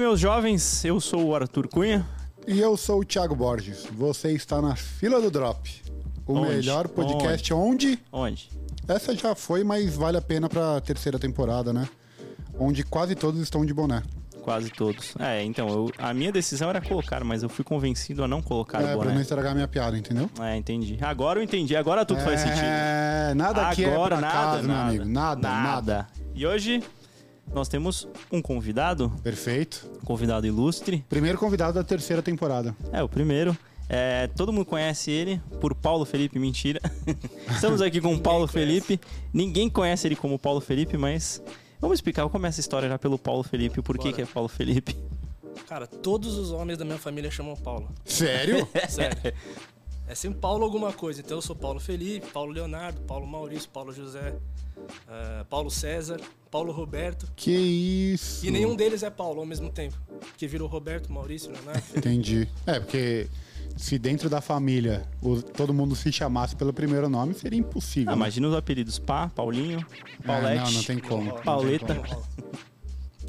meus jovens, eu sou o Arthur Cunha. E eu sou o Thiago Borges. Você está na fila do Drop. O Onde? melhor podcast onde? Onde? Essa já foi, mas vale a pena pra terceira temporada, né? Onde quase todos estão de boné. Quase todos. É, então, eu- a minha decisão era colocar, mas eu fui convencido a não colocar é, o pra não boné. estragar minha piada, entendeu? É, entendi. Agora eu entendi, agora tudo faz sentido. É, nada aqui é por Agora, acaso, nada, meu nada, amigo. Nada, nada. E hoje nós temos um convidado, Perfeito. um convidado ilustre. Primeiro convidado da terceira temporada. É, o primeiro. É, todo mundo conhece ele por Paulo Felipe, mentira. Estamos aqui com o Paulo Felipe. Ninguém conhece ele como Paulo Felipe, mas vamos explicar como é essa história já pelo Paulo Felipe, por que, Bora. que é Paulo Felipe. Cara, todos os homens da minha família chamam Paulo. Sério? Sério. é sempre Paulo alguma coisa. Então eu sou Paulo Felipe, Paulo Leonardo, Paulo Maurício, Paulo José, ah, Paulo César, Paulo Roberto. que isso. E nenhum deles é Paulo ao mesmo tempo. Que virou Roberto, Maurício, Leonardo. Entendi. É, porque se dentro da família o- todo mundo se chamasse pelo primeiro nome, seria impossível. Ah, né? imagina os apelidos Pá, Paulinho, É, Paulette. não, não tem como. não tem Pauleta. como. Não rola.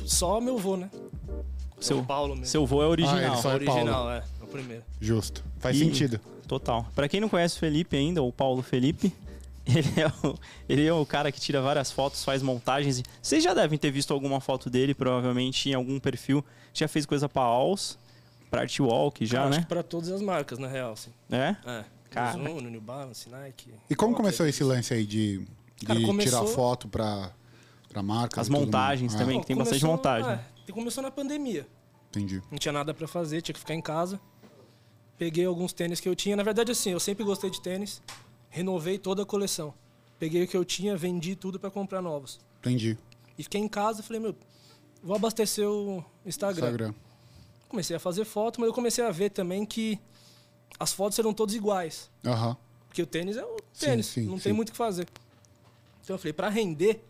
Só meu avô, né? Seu, É o Paulo mesmo. seu vô é Ah, original. ele só é original, Paulo. é. É o primeiro. Justo. Faz E- sentido. Total. Pra quem não conhece o Felipe ainda, ou o Paulo Felipe, ele é o, ele é o cara que tira várias fotos, faz montagens. Vocês já devem ter visto alguma foto dele, provavelmente, em algum perfil. Já fez coisa pra Alls, pra Artwalk, já, Acho né? que pra todas as marcas, na real, assim. É? É. Cara. Mizuno, New Balance, Nike. E como Qualquer começou coisa. esse lance aí de, de Cara, começou- tirar foto pra, pra marca? As montagens Ah, também, Bom, que tem bastante começou- montagem. né? é, começou na pandemia. Entendi. Não tinha nada pra fazer, tinha que ficar em casa. Peguei alguns tênis que eu tinha. Na verdade, assim, eu sempre gostei de tênis. Renovei toda a coleção. Peguei o que eu tinha, vendi tudo pra comprar novos. Entendi. E fiquei em casa e falei, meu, vou abastecer o Instagram. Instagram. Comecei a fazer foto, mas eu comecei a ver também que as fotos eram todas iguais. Aham. Porque o tênis é o Sim, tênis, sim, não sim. tem muito o que fazer. Então eu falei, pra render,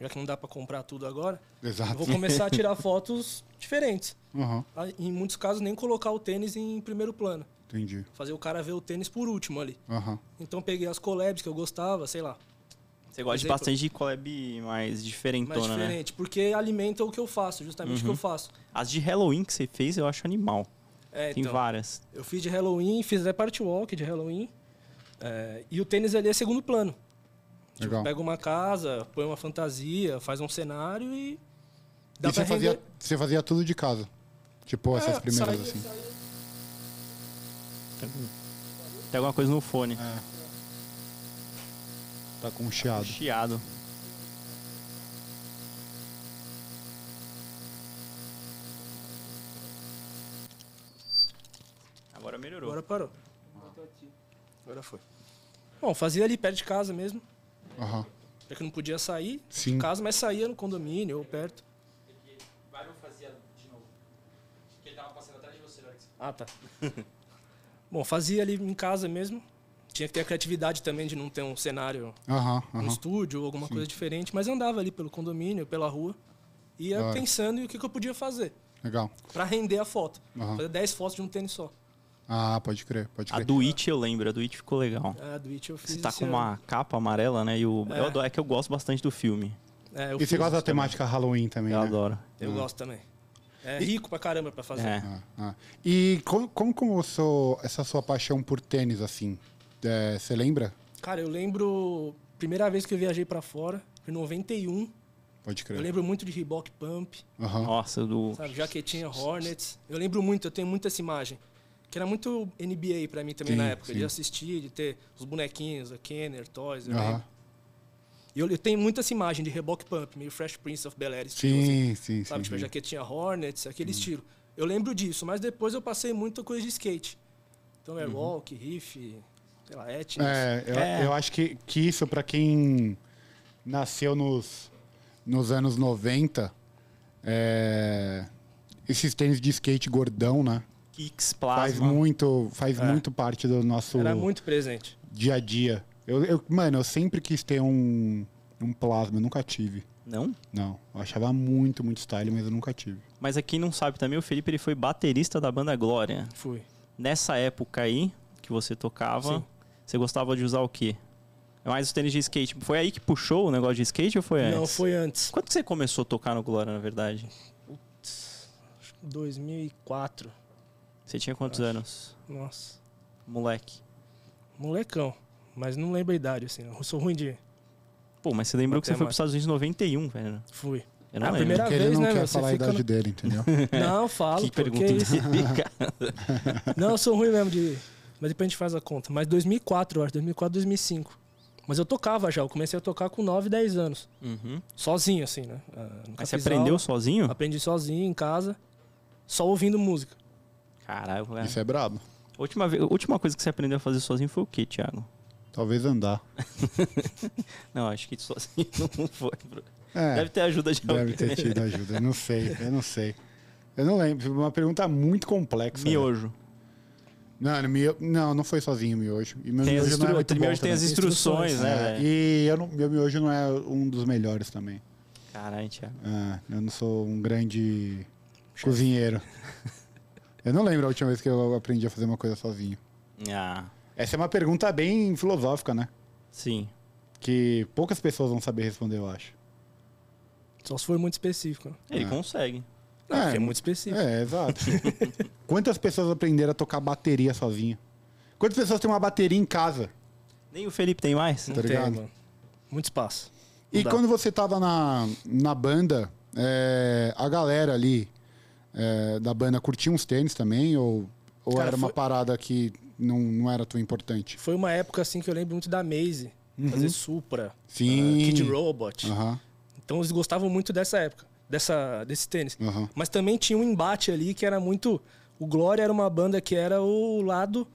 já que não dá pra comprar tudo agora, eu Exato. vou começar a tirar fotos diferentes. Aham. Ah, Em muitos casos, nem colocar o tênis em primeiro plano. Entendi. Fazer o cara ver o tênis por último ali. Aham. Então peguei as collabs que eu gostava, sei lá, Você gosta de Exemplo. bastante de collab mais mais diferentona, né? diferente, porque alimenta o que eu faço, justamente Uhum. o que eu faço. As de Halloween que você fez, eu acho animal. É, Tem então, várias. eu fiz de Halloween, fiz até part walk de Halloween. é, e o tênis ali é segundo plano. Tipo, Legal. pega uma casa, põe uma fantasia, faz um cenário e dá E pra você render. fazia, você fazia tudo de casa? Tipo, essas É, primeiras, saía- assim. saía- Tem alguma coisa no fone. Tá com um chiado. Chiado. Agora melhorou. Agora parou. Agora foi. Bom, fazia ali perto de casa mesmo. Aham. É que não podia sair Sim. de casa, mas saía no condomínio ou perto. Ah, tá. Bom, fazia ali em casa mesmo. Tinha que ter a criatividade também de não ter um cenário, Aham. um Aham. estúdio ou alguma coisa diferente, mas andava ali pelo condomínio, pela rua, ia Da hora. pensando em o que, que eu podia fazer Legal. pra render a foto. Aham. Fazer 10 fotos de um tênis só. Ah, pode crer, pode A crer. do It eu lembro, a do It ficou legal. É, do It eu fiz. Você tá esse com ano. uma capa amarela, né? E o... É. Eu adoro, é que eu gosto bastante do filme. É, eu E você fiz. gosta da temática Halloween também, Eu né? adoro. Eu gosto também. É rico pra caramba pra fazer. É. Ah, ah. E como, como começou essa sua paixão por tênis, assim? É, Você lembra? Cara, eu lembro. Primeira vez que eu viajei pra fora, em 91. Pode Eu crer. lembro muito de Reebok Pump, Aham. Nossa, do. sabe? Jaquetinha Hornets. Eu lembro muito, eu tenho muito essa imagem. Que era muito NBA pra mim também Sim, na época, sim. de assistir, de ter os bonequinhos, a Kenner, Toys. Eu, Aham. lembro. E eu, eu tenho muito essa imagem de Reebok Pump, meio Fresh Prince of Bel Air. estilo, assim, Sim, sim, sabe? sim. Uhum. Tipo, a sim. jaquetinha Hornets, aquele estilo. Eu lembro disso, mas depois eu passei muita coisa de skate. Então, Airwalk, Riff, sei lá, Etnis. Uhum. É, eu, É. eu acho que, que isso, pra quem nasceu nos, nos anos 90, é, esses tênis de skate gordão, né? Kicks Faz, Plasma. muito, faz muito parte do nosso É. Era muito presente. dia a dia. Eu, eu- mano, eu sempre quis ter um, um plasma, eu nunca tive. Não? Não, eu achava muito, muito style, mas eu nunca tive. Mas a quem não sabe também, o Felipe ele foi baterista da banda Glória. Fui. Nessa época aí que você tocava, Sim. você gostava de usar o quê? É Mais os tênis de skate. Foi aí que puxou o negócio de skate ou foi antes? Não, foi antes. Quando que você começou a tocar no Glória, na verdade? 2004. Você tinha quantos anos? Nossa, Moleque. molecão. Mas não lembro a idade, assim. Eu sou ruim de... Pô, mas você lembrou que você foi Matemática. pros Estados Unidos em 91, velho. Fui. Eu não Ah, lembro. primeira- Porque ele vez, não né, quer meu? Você falar a fica idade no- dele, entendeu? Não, falo. Que pô, pergunta isso? indecida, cara. Não, eu sou ruim mesmo de. Mas depois a gente faz a conta. Mas 2004, eu acho. 2004, 2005. Mas eu tocava já. Eu comecei a tocar com 9, 10 anos. Uhum. Sozinho, assim, né? Ah, nunca Mas você fiz aprendeu aula. sozinho? Aprendi sozinho, em casa. Só ouvindo música. Caralho, velho. Isso é brabo. Última, ve- última coisa que você aprendeu a fazer sozinho foi o quê, Thiago? Talvez andar. Não, acho que sozinho não foi, bro. É, Deve ter ajuda de deve, alguém. ter tido ajuda. Eu não sei, eu não sei. Eu não lembro. Uma pergunta muito complexa. né? Miojo. Não, no mio... não, não foi sozinho o miojo. E meu Tem as miojo não é instru- muito bom miojo tem as também. instruções, Instruções, né, É, velho? e eu não, meu miojo não é um dos melhores também. Caralho, Thiago. É, eu não sou um grande cozinheiro. Eu não lembro a última vez que eu aprendi a fazer uma coisa sozinho. Ah, Essa é uma pergunta bem filosófica, né? sim. Que poucas pessoas vão saber responder, eu acho. Só se for muito específico. né? Ele Ah. consegue. Não, É, porque é mu- muito específico. É, exato. Quantas pessoas aprenderam a tocar bateria sozinho? Quantas pessoas têm uma bateria em casa? Nem o Felipe tem mais? Não tá tem, ligado? mano. Muito espaço. E Não dá. quando você tava na, na banda, é, a galera ali é, da banda curtia uns tênis também? Ou, ou Cara, era uma foi- parada que não, não era tão importante? Foi uma época, assim, que eu lembro muito da Maze. Fazer Supra. Sim. ah, Kid Robot. Aham, Então eles gostavam muito dessa época. Dessa, desse tênis. aham. Mas também tinha um embate ali que era muito. O Glória era uma banda que era o lado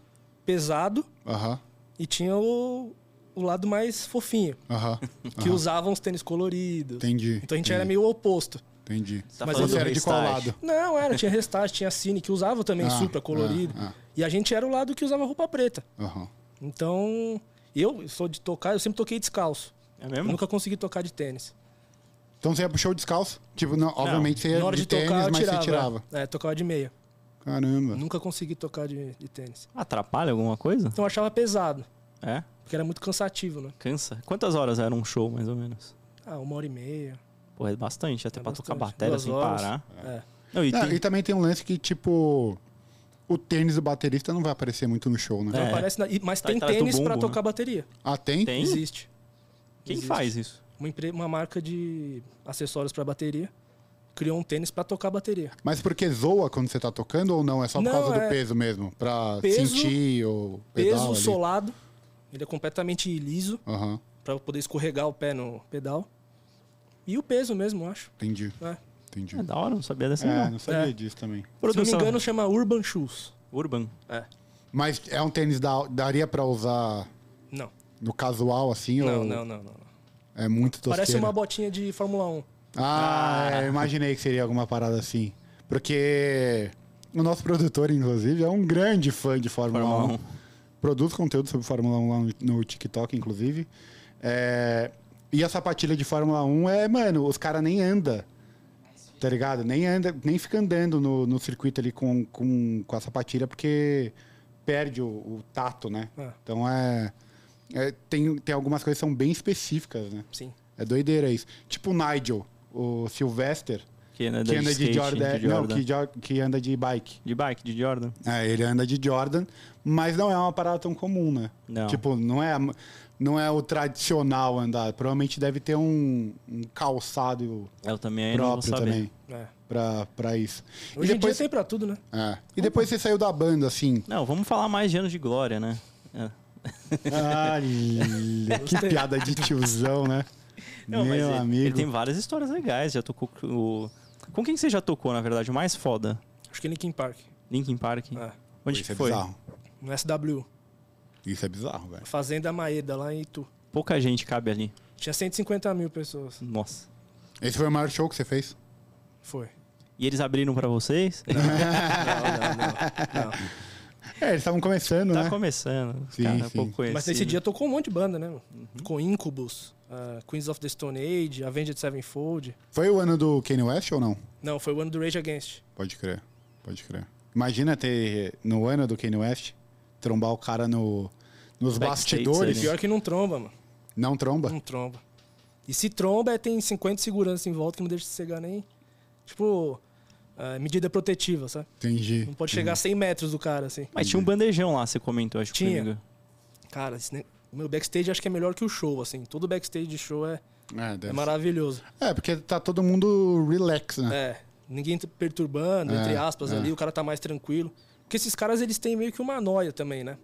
pesado Aham, e tinha o, o lado mais fofinho, aham. que usavam os tênis coloridos. Entendi. Então a gente entendi, era meio oposto. Entendi. Você tá Mas falando você do era de qual Restart. lado? Não, era, tinha Restart, tinha Cine, que usava também Ah, supra colorido. ah, E a gente era o lado que usava roupa preta. Aham. Então, eu sou de tocar, eu sempre toquei descalço. É Eu mesmo? nunca consegui tocar de tênis. Então você ia pro show descalço? Tipo, não, obviamente você ia Na hora de, de, tênis, tocar, eu mas tirava. você tirava. Tá. É, tocava de meia. Caramba. Nunca consegui tocar de, de tênis. Atrapalha alguma coisa? Então eu achava pesado, É? porque era muito cansativo, né? Cansa? Quantas horas era um show, mais ou menos? Ah, uma hora e meia. Pô, é bastante. Até É pra tocar bastante. bateria Duas sem horas. parar. É. Não, e Ah, tem- e também tem um lance que, tipo, o tênis do baterista não vai aparecer muito no show, né? Não É. Então aparece na- e- Mas Tá tem atrás do tênis pra bumbo, tocar bateria. Ah, tem? Tem? Existe. Quem Existe. faz isso? Uma, empre- uma marca de acessórios pra bateria criou um tênis pra tocar bateria. Mas porque zoa quando você tá tocando ou não? É só por Não, causa do é- peso mesmo? Pra Peso- sentir ou pedal Peso ali? solado. Ele é completamente liso Aham, pra poder escorregar o pé no pedal. E o peso mesmo, eu acho. entendi, né? entendi. É da hora, não sabia dessa É, não. não sabia É. disso também. Se não me Produção. engano, chama Urban Shoes. Urban. É. Mas é um tênis da, daria pra usar Não. no casual, assim? Não, ou não, não, não. não. É muito tosqueira? Parece uma botinha de Fórmula 1. Ah, Ah. é, eu imaginei que seria alguma parada assim. Porque o nosso produtor, inclusive, é um grande fã de Fórmula, Fórmula 1. 1. Produz conteúdo sobre Fórmula 1 lá no- no TikTok, inclusive. É, E a sapatilha de Fórmula 1 é, mano, os caras nem anda. Tá ligado? Nem anda, nem fica andando no, no circuito ali com, com, com a sapatilha, porque perde o, o tato, né? É. Então é. é, tem, tem algumas coisas que são bem específicas, né? Sim. É doideira isso. Tipo o Nigel, o Sylvester, Que anda de, que anda de É skate, Jordan. é, de Não, que, jo- que anda de bike. De bike, de Jordan. É, ele anda de Jordan, mas não é uma parada tão comum, né? Não. Tipo, não é, a- não é o tradicional andar. Provavelmente deve ter um, um calçado Eu também aí não vou próprio saber. também É. pra, pra isso. Hoje e depois, em dia tem pra tudo, né? é. e depois você saiu da banda, assim. Não, vamos falar mais de anos de glória, né? É. Ai, que piada de tiozão, né? Não, mas Meu ele, amigo. ele tem um várias histórias legais. Já tocou com o... Com quem que você já tocou, na verdade? O mais foda? Acho que é Linkin Park. Linkin Park? É. Um Onde Isso que é foi? bizarro. No SW. Isso é bizarro, velho. Fazenda Maeda, lá em Itu. Pouca gente cabe ali. Tinha 150 mil pessoas. Nossa. Esse foi o maior show que você fez? Foi. E eles abriram pra vocês? Não, não, não. não. É, eles estavam começando, tá né? começando. Os Sim, cara, é sim. pouco Mas nesse conhecido. dia tocou um monte de banda, né? Com Incubus, ah, Queens of the Stone Age, Avenged Sevenfold. Foi o ano do Kanye West ou não? Não, foi o ano do Rage Against. Pode crer, pode crer. Imagina ter, no ano do Kanye West, trombar o cara no, nos Backstage, bastidores. Sim. Pior que não tromba, mano. Não tromba? Não tromba. E se tromba, é, tem 50 seguranças em volta que não deixa de cegar nem. Tipo, ah, medida protetiva, sabe? Entendi. Não pode chegar a 100 metros do cara, assim. Mas tinha um bandejão lá, você comentou, acho que Tinha. comigo. Cara, esse ne- o meu backstage acho que é melhor que o show, assim. Todo backstage de show é, É, deve é ser. maravilhoso. É, porque tá todo mundo relax, né? É, ninguém tá perturbando, É, entre aspas, é. ali, o cara tá mais tranquilo. Porque esses caras, eles têm meio que uma noia também, né?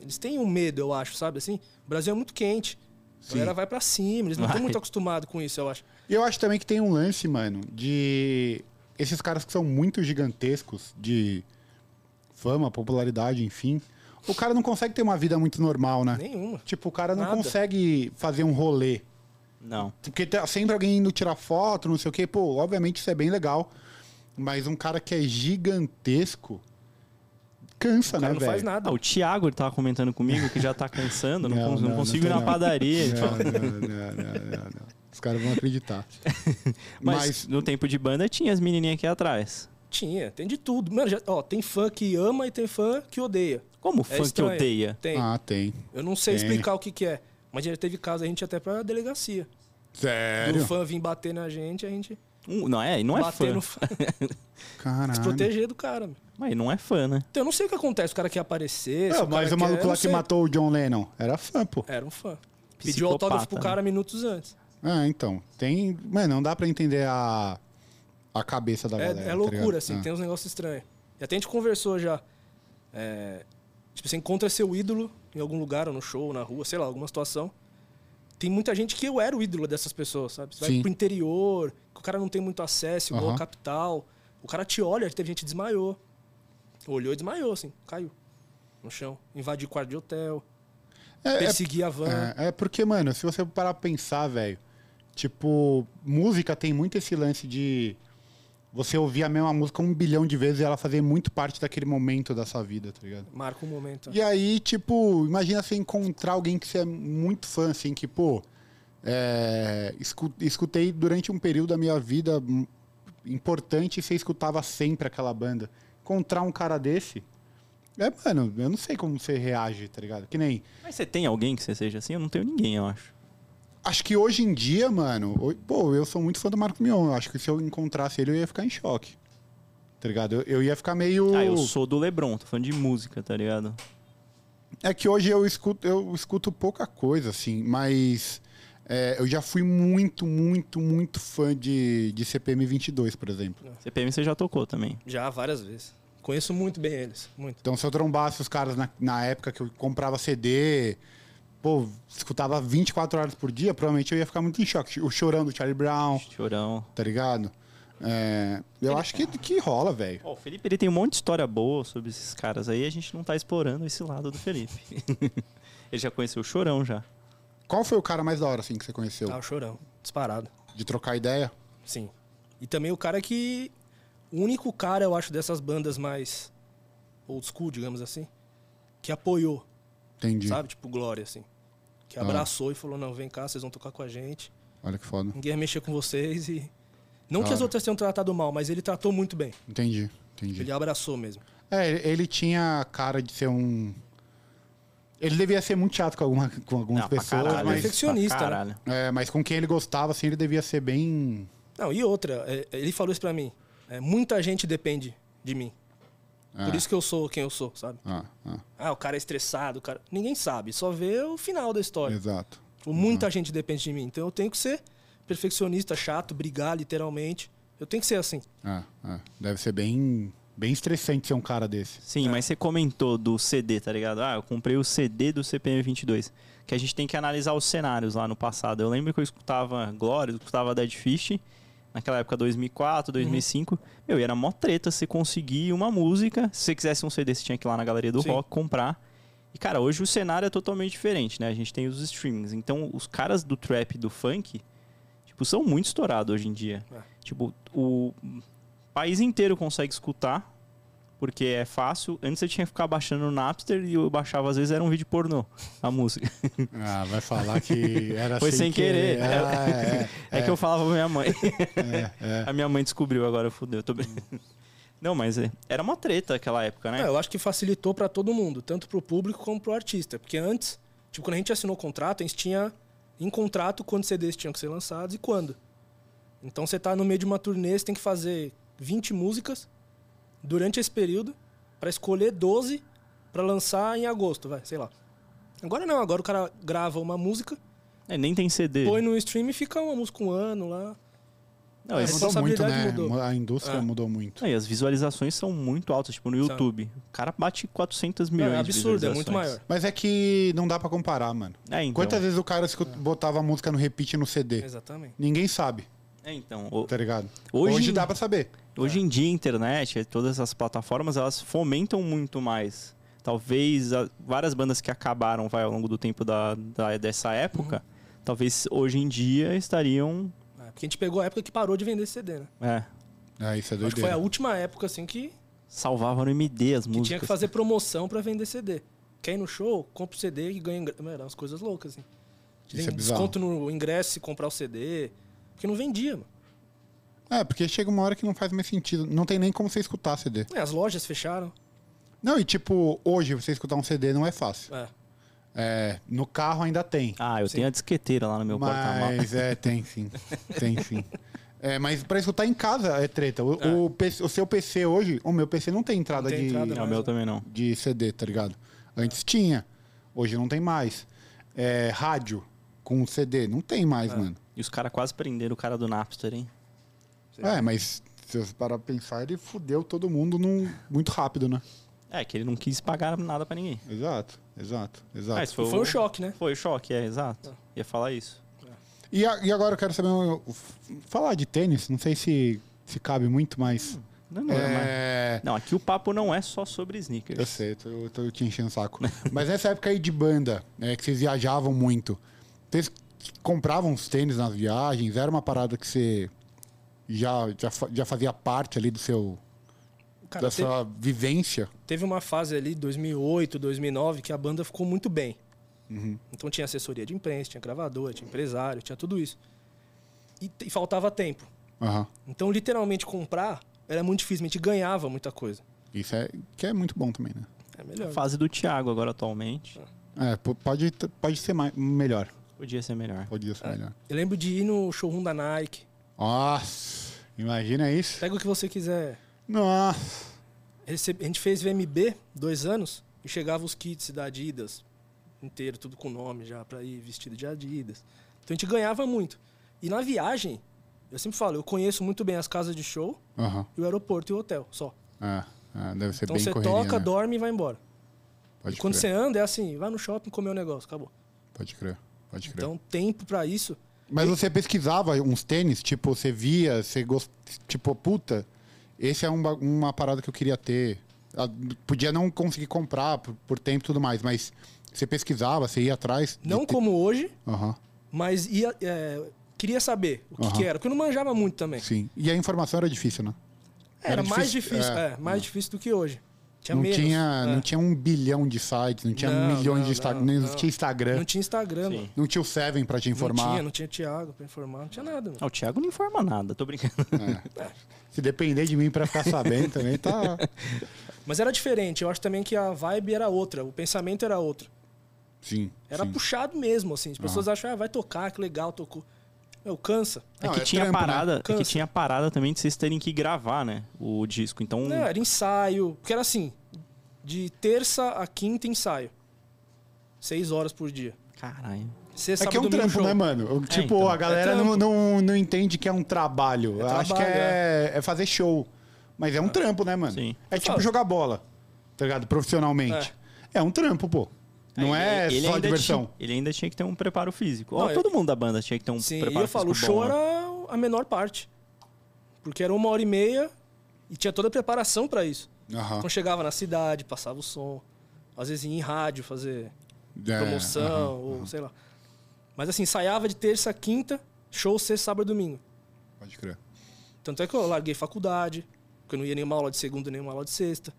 Eles têm um medo, eu acho, sabe assim? O Brasil é muito quente. A galera vai pra cima, eles não Vai. estão muito acostumados com isso, eu acho. E eu acho também que tem um lance, mano, de esses caras que são muito gigantescos de fama, popularidade, enfim. O cara não consegue ter uma vida muito normal, né? Nenhuma. Tipo, o cara não Nada. consegue fazer um rolê. Não. Porque tá sempre alguém indo tirar foto, não sei o quê. Pô, obviamente isso é bem legal. Mas um cara que é gigantesco cansa, O né, cara não velho? faz nada. Ah, o Thiago ele tava comentando comigo que já tá cansando, não, Não, cons- não não, consigo não ir É. na tô não. padaria. Tipo, ele tipo. fala. Não, não, não, não, não. Os caras vão acreditar. Mas, no tempo de banda tinha as menininhas aqui atrás. Tinha, tem de tudo. Mano, já- ó, tem fã que ama e tem fã que odeia. Como É fã que estranho. odeia? Tem. Ah, tem. Eu não sei Tem. explicar o que que é. Mas já teve caso, a gente ia até pra delegacia. Sério? Do fã vir bater na gente, a gente Um- não é, não é bater fã. no fã. Se Caralho. proteger do cara. meu. Mas não é fã, né? Então eu não sei o que acontece. O cara quer aparecer. se Não, É, mas cara o quer- maluco eu lá não que sei. matou o John Lennon era fã, pô. Era um fã. Pediu Psicopata, autógrafo pro né? cara minutos antes. Ah, então. Tem. Mano, não dá pra entender a, a cabeça da É, galera. é tá ligado? loucura, assim. Ah. Tem uns negócios estranhos. E até a gente conversou já. É, tipo, você encontra seu ídolo em algum lugar, ou no show, ou na rua, sei lá, alguma situação. Tem muita gente que eu era o ídolo dessas pessoas, sabe? Você vai Sim. pro interior, que o cara não tem muito acesso, igual Aham. a capital. O cara te olha, teve gente que desmaiou. Olhou e desmaiou, assim. Caiu no chão. Invadiu quarto de hotel. É, é Perseguia a van. É, é porque, mano, se você parar pra pensar, velho, tipo, música tem muito esse lance de você ouvir a mesma música um bilhão de vezes e ela fazer muito parte daquele momento da sua vida, tá ligado? Marca um momento. E aí, tipo, imagina você encontrar alguém que você é muito fã, assim, que, pô, é, escu- escutei durante um período da minha vida hum, importante e você escutava sempre aquela banda. Encontrar um cara desse. É, mano, eu não sei como você reage, tá ligado? Que nem. Mas você tem alguém que você seja assim? Eu não tenho ninguém, eu acho. Acho que hoje em dia, mano, ho- pô, eu sou muito fã do Marco Mion. Eu acho que se eu encontrasse ele, eu ia ficar em choque. Tá ligado? Eu, eu ia ficar meio. Ah, eu sou do Lebron, tô falando de música, tá ligado? É que hoje eu escuto, eu escuto pouca coisa, assim, mas é, eu já fui muito, muito, muito fã de, de CPM 22, por exemplo. CPM você já tocou também. Já várias vezes. Conheço muito bem eles. Muito. Então, se eu trombasse os caras na, na época que eu comprava CD, pô, escutava 24 horas por dia, provavelmente eu ia ficar muito em choque. O chorão do Charlie Brown, Chorão. tá ligado? É, eu acho que, que rola, velho. Ó, o Felipe ele tem um monte de história boa sobre esses caras aí, a gente não tá explorando esse lado do Felipe. ele já conheceu o Chorão já. Qual foi o cara mais da hora, assim, que você conheceu? Ah, o chorão. Disparado. De trocar ideia? Sim. E também o cara que. O único cara, eu acho, dessas bandas mais old school, digamos assim, que apoiou, Entendi. sabe? Tipo Glória, assim. Que Ah. abraçou e falou: não, vem cá, vocês vão tocar com a gente. Olha que foda. Ninguém vai mexer com vocês e. Não Da que as hora. outras tenham tratado mal, mas ele tratou muito bem. Entendi, entendi. Ele abraçou mesmo. É, ele- ele tinha a cara de ser um. Ele devia ser muito chato com, alguma, com algumas Ah, pra pessoas, caralho, mas, Perfeccionista, pra caralho. é, mas com quem ele gostava, assim, ele devia ser bem. Não, e outra, é, ele falou isso pra mim. é, muita gente depende de mim. Por Ah. isso que eu sou quem eu sou, sabe? Ah, ah, Ah, o cara é estressado, o cara. Ninguém sabe, só vê o final da história. exato. Tipo, Muita gente depende de mim. Então eu tenho que ser perfeccionista, chato, brigar literalmente. Eu tenho que ser assim. Ah, ah. Deve ser bem, bem estressante ser um cara desse. Sim, É. mas você comentou do CD, tá ligado? Ah, eu comprei o CD do CPM 22. Que a gente tem que analisar os cenários lá no passado. Eu lembro que eu escutava Glória, eu escutava Dead Fish, naquela época 2004, 2005. Meu, e era mó treta você conseguir uma música. Se você quisesse um CD, você tinha que ir lá na Galeria do Sim. Rock comprar. E, cara, hoje o cenário é totalmente diferente, né? A gente tem os streamings. Então, os caras do trap e do funk, tipo, são muito estourados hoje em dia. É. Tipo, o país inteiro consegue escutar, porque é fácil. Antes eu tinha que ficar baixando no Napster e eu baixava, às vezes era um vídeo pornô, a música. Ah, vai falar que era Foi sem querer. Ah, é, É, que eu falava pra minha mãe. A minha mãe descobriu agora, fudeu, tô bem. Hum. Não, mas é, era uma treta aquela época, Ah, né? eu acho que facilitou pra todo mundo, tanto pro público como pro artista. Porque antes, tipo, quando a gente assinou o contrato, a gente tinha em contrato quando CDs tinham que ser lançados e quando. Então você tá no meio de uma turnê, você tem que fazer 20 músicas durante esse período pra escolher 12 pra lançar em agosto, vai, sei lá. Agora não, agora o cara grava uma música, É, nem tem CD. põe no stream e fica uma música um ano lá. Não, é, esse- mudou muito, responsabilidade né? mudou. A indústria É. mudou muito. Não, e as visualizações são muito altas, tipo no São. YouTube. O cara bate 400 Não, milhões é absurdo, de é muito maior. visualizações. Mas é que não dá pra comparar, mano. É, então. Quantas vezes o cara escu- botava a música no repeat no CD? Exatamente. Ninguém sabe, É, então. O- tá ligado? Hoje- Hoje, dá pra saber. Hoje em dia, a internet, todas essas plataformas, elas fomentam muito mais. Talvez a- várias bandas que acabaram vai, ao longo do tempo da, da- dessa época, talvez hoje em dia estariam. É, porque a gente pegou a época que parou de vender CD, né? É, É, isso é Acho que foi a doideira. última época, assim, que, salvavam no MD as que músicas. tinha que fazer promoção pra vender CD. Quer ir no show, compra o CD e ganha... ingre- Mano, Eram umas coisas loucas, assim. Tem Isso é bizarro. desconto no ingresso se comprar o CD. Porque não vendia, mano. É, porque chega uma hora que não faz mais sentido. Não tem nem como você escutar CD. É, as lojas fecharam. Não, e tipo, hoje você escutar um CD não é fácil. É. É, no carro ainda tem. Ah, eu tenho a disqueteira lá no meu tá porta-malas. Mas é, tem sim. Tem sim. É, mas pra escutar em casa é treta. O, o PC o seu PC hoje, o meu PC não tem entrada, Não tem de, entrada, Não, o meu também não. de CD, tá ligado? Antes tinha, hoje não tem mais. É, rádio com CD, não tem É, mais, mano. E os caras quase prenderam o cara do Napster, hein? É, mas se você parar pra pensar, ele fudeu todo mundo num, muito rápido, né? É, que ele não quis pagar nada pra ninguém. Exato, exato, exato. Mas Foi, Ah, foi, um o- choque, né? Foi o choque, é, exato. Ia falar isso. E, a- e agora eu quero saber. um- Falar de tênis, não sei se, se cabe muito, mas. Não, não, é... mais. é, não, aqui o papo não é só sobre Eu sneakers. sei, eu tô, eu tô te enchendo o saco. Mas nessa época aí de banda, né, que vocês viajavam muito, vocês compravam os tênis nas viagens? Era uma parada que você já, já, fa- já fazia parte ali do seu, Cara, da teve, sua vivência? teve uma fase ali, 2008, 2009, que a banda ficou muito bem. Então tinha assessoria de imprensa, tinha gravadora, tinha empresário, tinha tudo isso. E, t- e faltava tempo. Aham. Então, literalmente, comprar era muito difícil. A gente ganhava muita coisa. Isso é, que é muito bom também, né? É melhor. Fase do Thiago agora atualmente. É, po- pode, t- pode ser mais, melhor. Podia ser melhor. Podia ser melhor. Eu lembro de ir no showroom da Nike. Nossa, imagina isso. Pega o que você quiser. Nossa. Rece- A gente fez VMB dois anos e chegava os kits da Adidas inteiro, tudo com nome já, pra ir vestido de Adidas. Então a gente ganhava muito. E na viagem, eu sempre falo, eu conheço muito bem as casas de show Aham. e o aeroporto e o hotel só. É, é, deve ser Então bem você correria, toca, né? dorme e vai embora. Pode e quando crer, você anda é assim, vai no shopping comer um negócio, acabou. Pode crer, pode crer. Então tempo pra isso. Mas você pesquisava uns tênis, tipo, você via, você gost... tipo, puta, esse é um ba- uma parada que eu queria ter. Ah, Podia não conseguir comprar por, por tempo e tudo mais, mas você pesquisava, você ia atrás. de Não te- como hoje, Aham, mas ia, é, queria saber o que, Aham. que era, porque eu não manjava muito também. sim. E a informação era difícil, né? Era, Era mais difícil, difícil, é. é, mais difícil do que hoje. Tinha não, menos. tinha, é. não tinha um bilhão de sites, não tinha Não, milhões não, de Instagram, não, não, não. tinha Instagram, Não tinha Instagram, Sim. mano. não tinha o Seven pra te Não tinha, informar. não tinha Thiago pra informar, não tinha nada, mano. Ah, o Thiago não informa nada, tô brincando. É. Se depender de mim pra ficar sabendo também, tá. Mas era diferente, eu acho também que a vibe era outra, o pensamento era outro. Sim. Era sim. puxado mesmo, assim. As pessoas acham, ah, vai tocar, que legal, tocou. Meu, cansa. É Não, que é tinha a trampo, né? parada, é que Cansa. tinha a parada também de vocês terem que gravar, né? O disco. Então, Não, Né, é era ensaio. Porque era assim, de terça a quinta, ensaio. Seis horas por dia. caralho. Sexta, É que é sábado, um domingo, trampo, show. né, mano? O- tipo, então. a galera É não, trampo. não, não entende que é um trabalho. É Eu Acho que trabalho, é, é fazer show. Mas é um trampo, né, mano? Sim. É Eu tipo falo. jogar bola, tá ligado? Profissionalmente. É, um trampo, pô. Não é Ele- ele só ainda diversão. tinha- ele ainda tinha que ter um preparo físico. Ó, Não, é todo mundo da banda tinha que ter um Sim, e preparo eu falo, o físico. bom, show né? era a menor parte. Porque era uma hora e meia e tinha toda a preparação pra isso. Aham. Então chegava na cidade, passava o som. Às vezes ia em rádio fazer É, promoção, aham. ou sei lá. Mas assim, ensaiava de terça a quinta, show sexta, sábado e domingo. Pode crer. Tanto é que eu larguei faculdade, porque eu não ia nenhuma aula de segunda, nenhuma aula de sexta.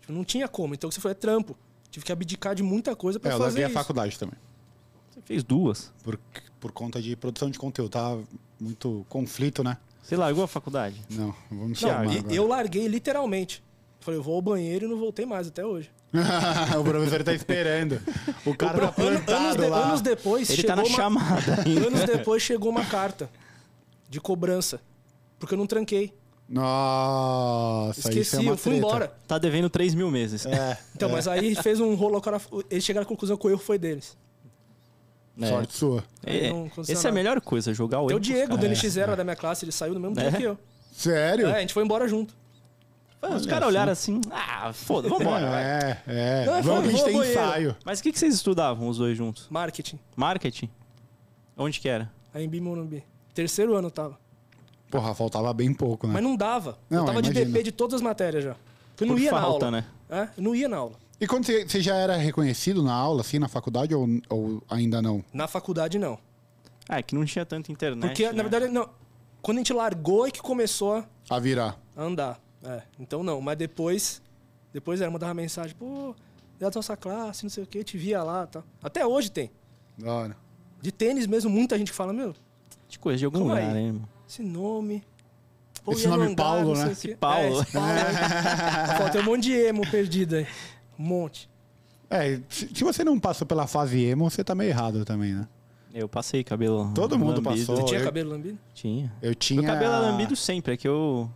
Tipo, não tinha como. Então o que você foi é trampo. Tive que abdicar de muita coisa É, eu pra fazer larguei a isso. faculdade também. Você fez duas. Por, por conta de produção de conteúdo. Tava muito conflito, né? Você largou a faculdade? Não, vamos chamar. Não, e- agora. eu larguei literalmente. Falei, eu vou ao banheiro e não voltei mais até hoje. o professor tá esperando. O cara tá Ano- anos, plantado de- lá. anos depois, ele tá chegou na uma- chamada ainda. anos depois chegou uma carta de cobrança. Porque eu não tranquei. Nossa, isso Esqueci, é uma eu fui treta. embora. Tá devendo 3 mil meses. É, Então, mas aí fez um rolo, cara, eles chegaram à conclusão que o erro foi deles. É. sorte sua. É, Aí não aconteceu essa é a nada. melhor coisa, jogar o Até o erro. Diego do NX0 da minha classe, ele saiu no mesmo dia É? que eu. Sério? É, a gente foi embora junto. Os caras olharam assim, ah, foda, vambora. Não, vai. é, é. Não, Vamos que a gente vou ao tem banheiro. ensaio. Mas o que, que vocês estudavam os dois juntos? Marketing, Marketing? Onde que era? aí em Bimorumbi. Terceiro ano eu tava. Porra, faltava bem pouco, né? Mas não dava. Não, eu tava de imagino. DP de todas as matérias já. Porque eu não Por ia falta, na aula. né? É, eu não ia na aula. E quando você, você já era reconhecido na aula, assim, na faculdade, ou, ou ainda não? Na faculdade, não. Ah, é que não tinha tanta internet. Porque, né? na verdade, não. Quando a gente largou é que começou a A virar. andar. É, então não. Mas depois, depois era, mandava mensagem, pô, é da nossa classe, não sei o quê, eu te via lá tá. Até hoje tem. Da hora. De tênis mesmo, muita gente que fala, meu, De coisa de algum Calma lugar, aí. né, irmão? esse nome. Pô, Esse ia no nome Paulo, não sei né? o quê. Esse Paulo. É, esse Paulo. aí. Pô, tem um monte de emo perdido aí. Um monte. É, se, se você não passou pela fase emo, você tá meio errado também, né? Eu passei cabelo. Todo mundo lambido. passou. Pô, Tinha eu- cabelo lambido? Tinha. Eu tinha. Meu cabelo é lambido sempre, é que eu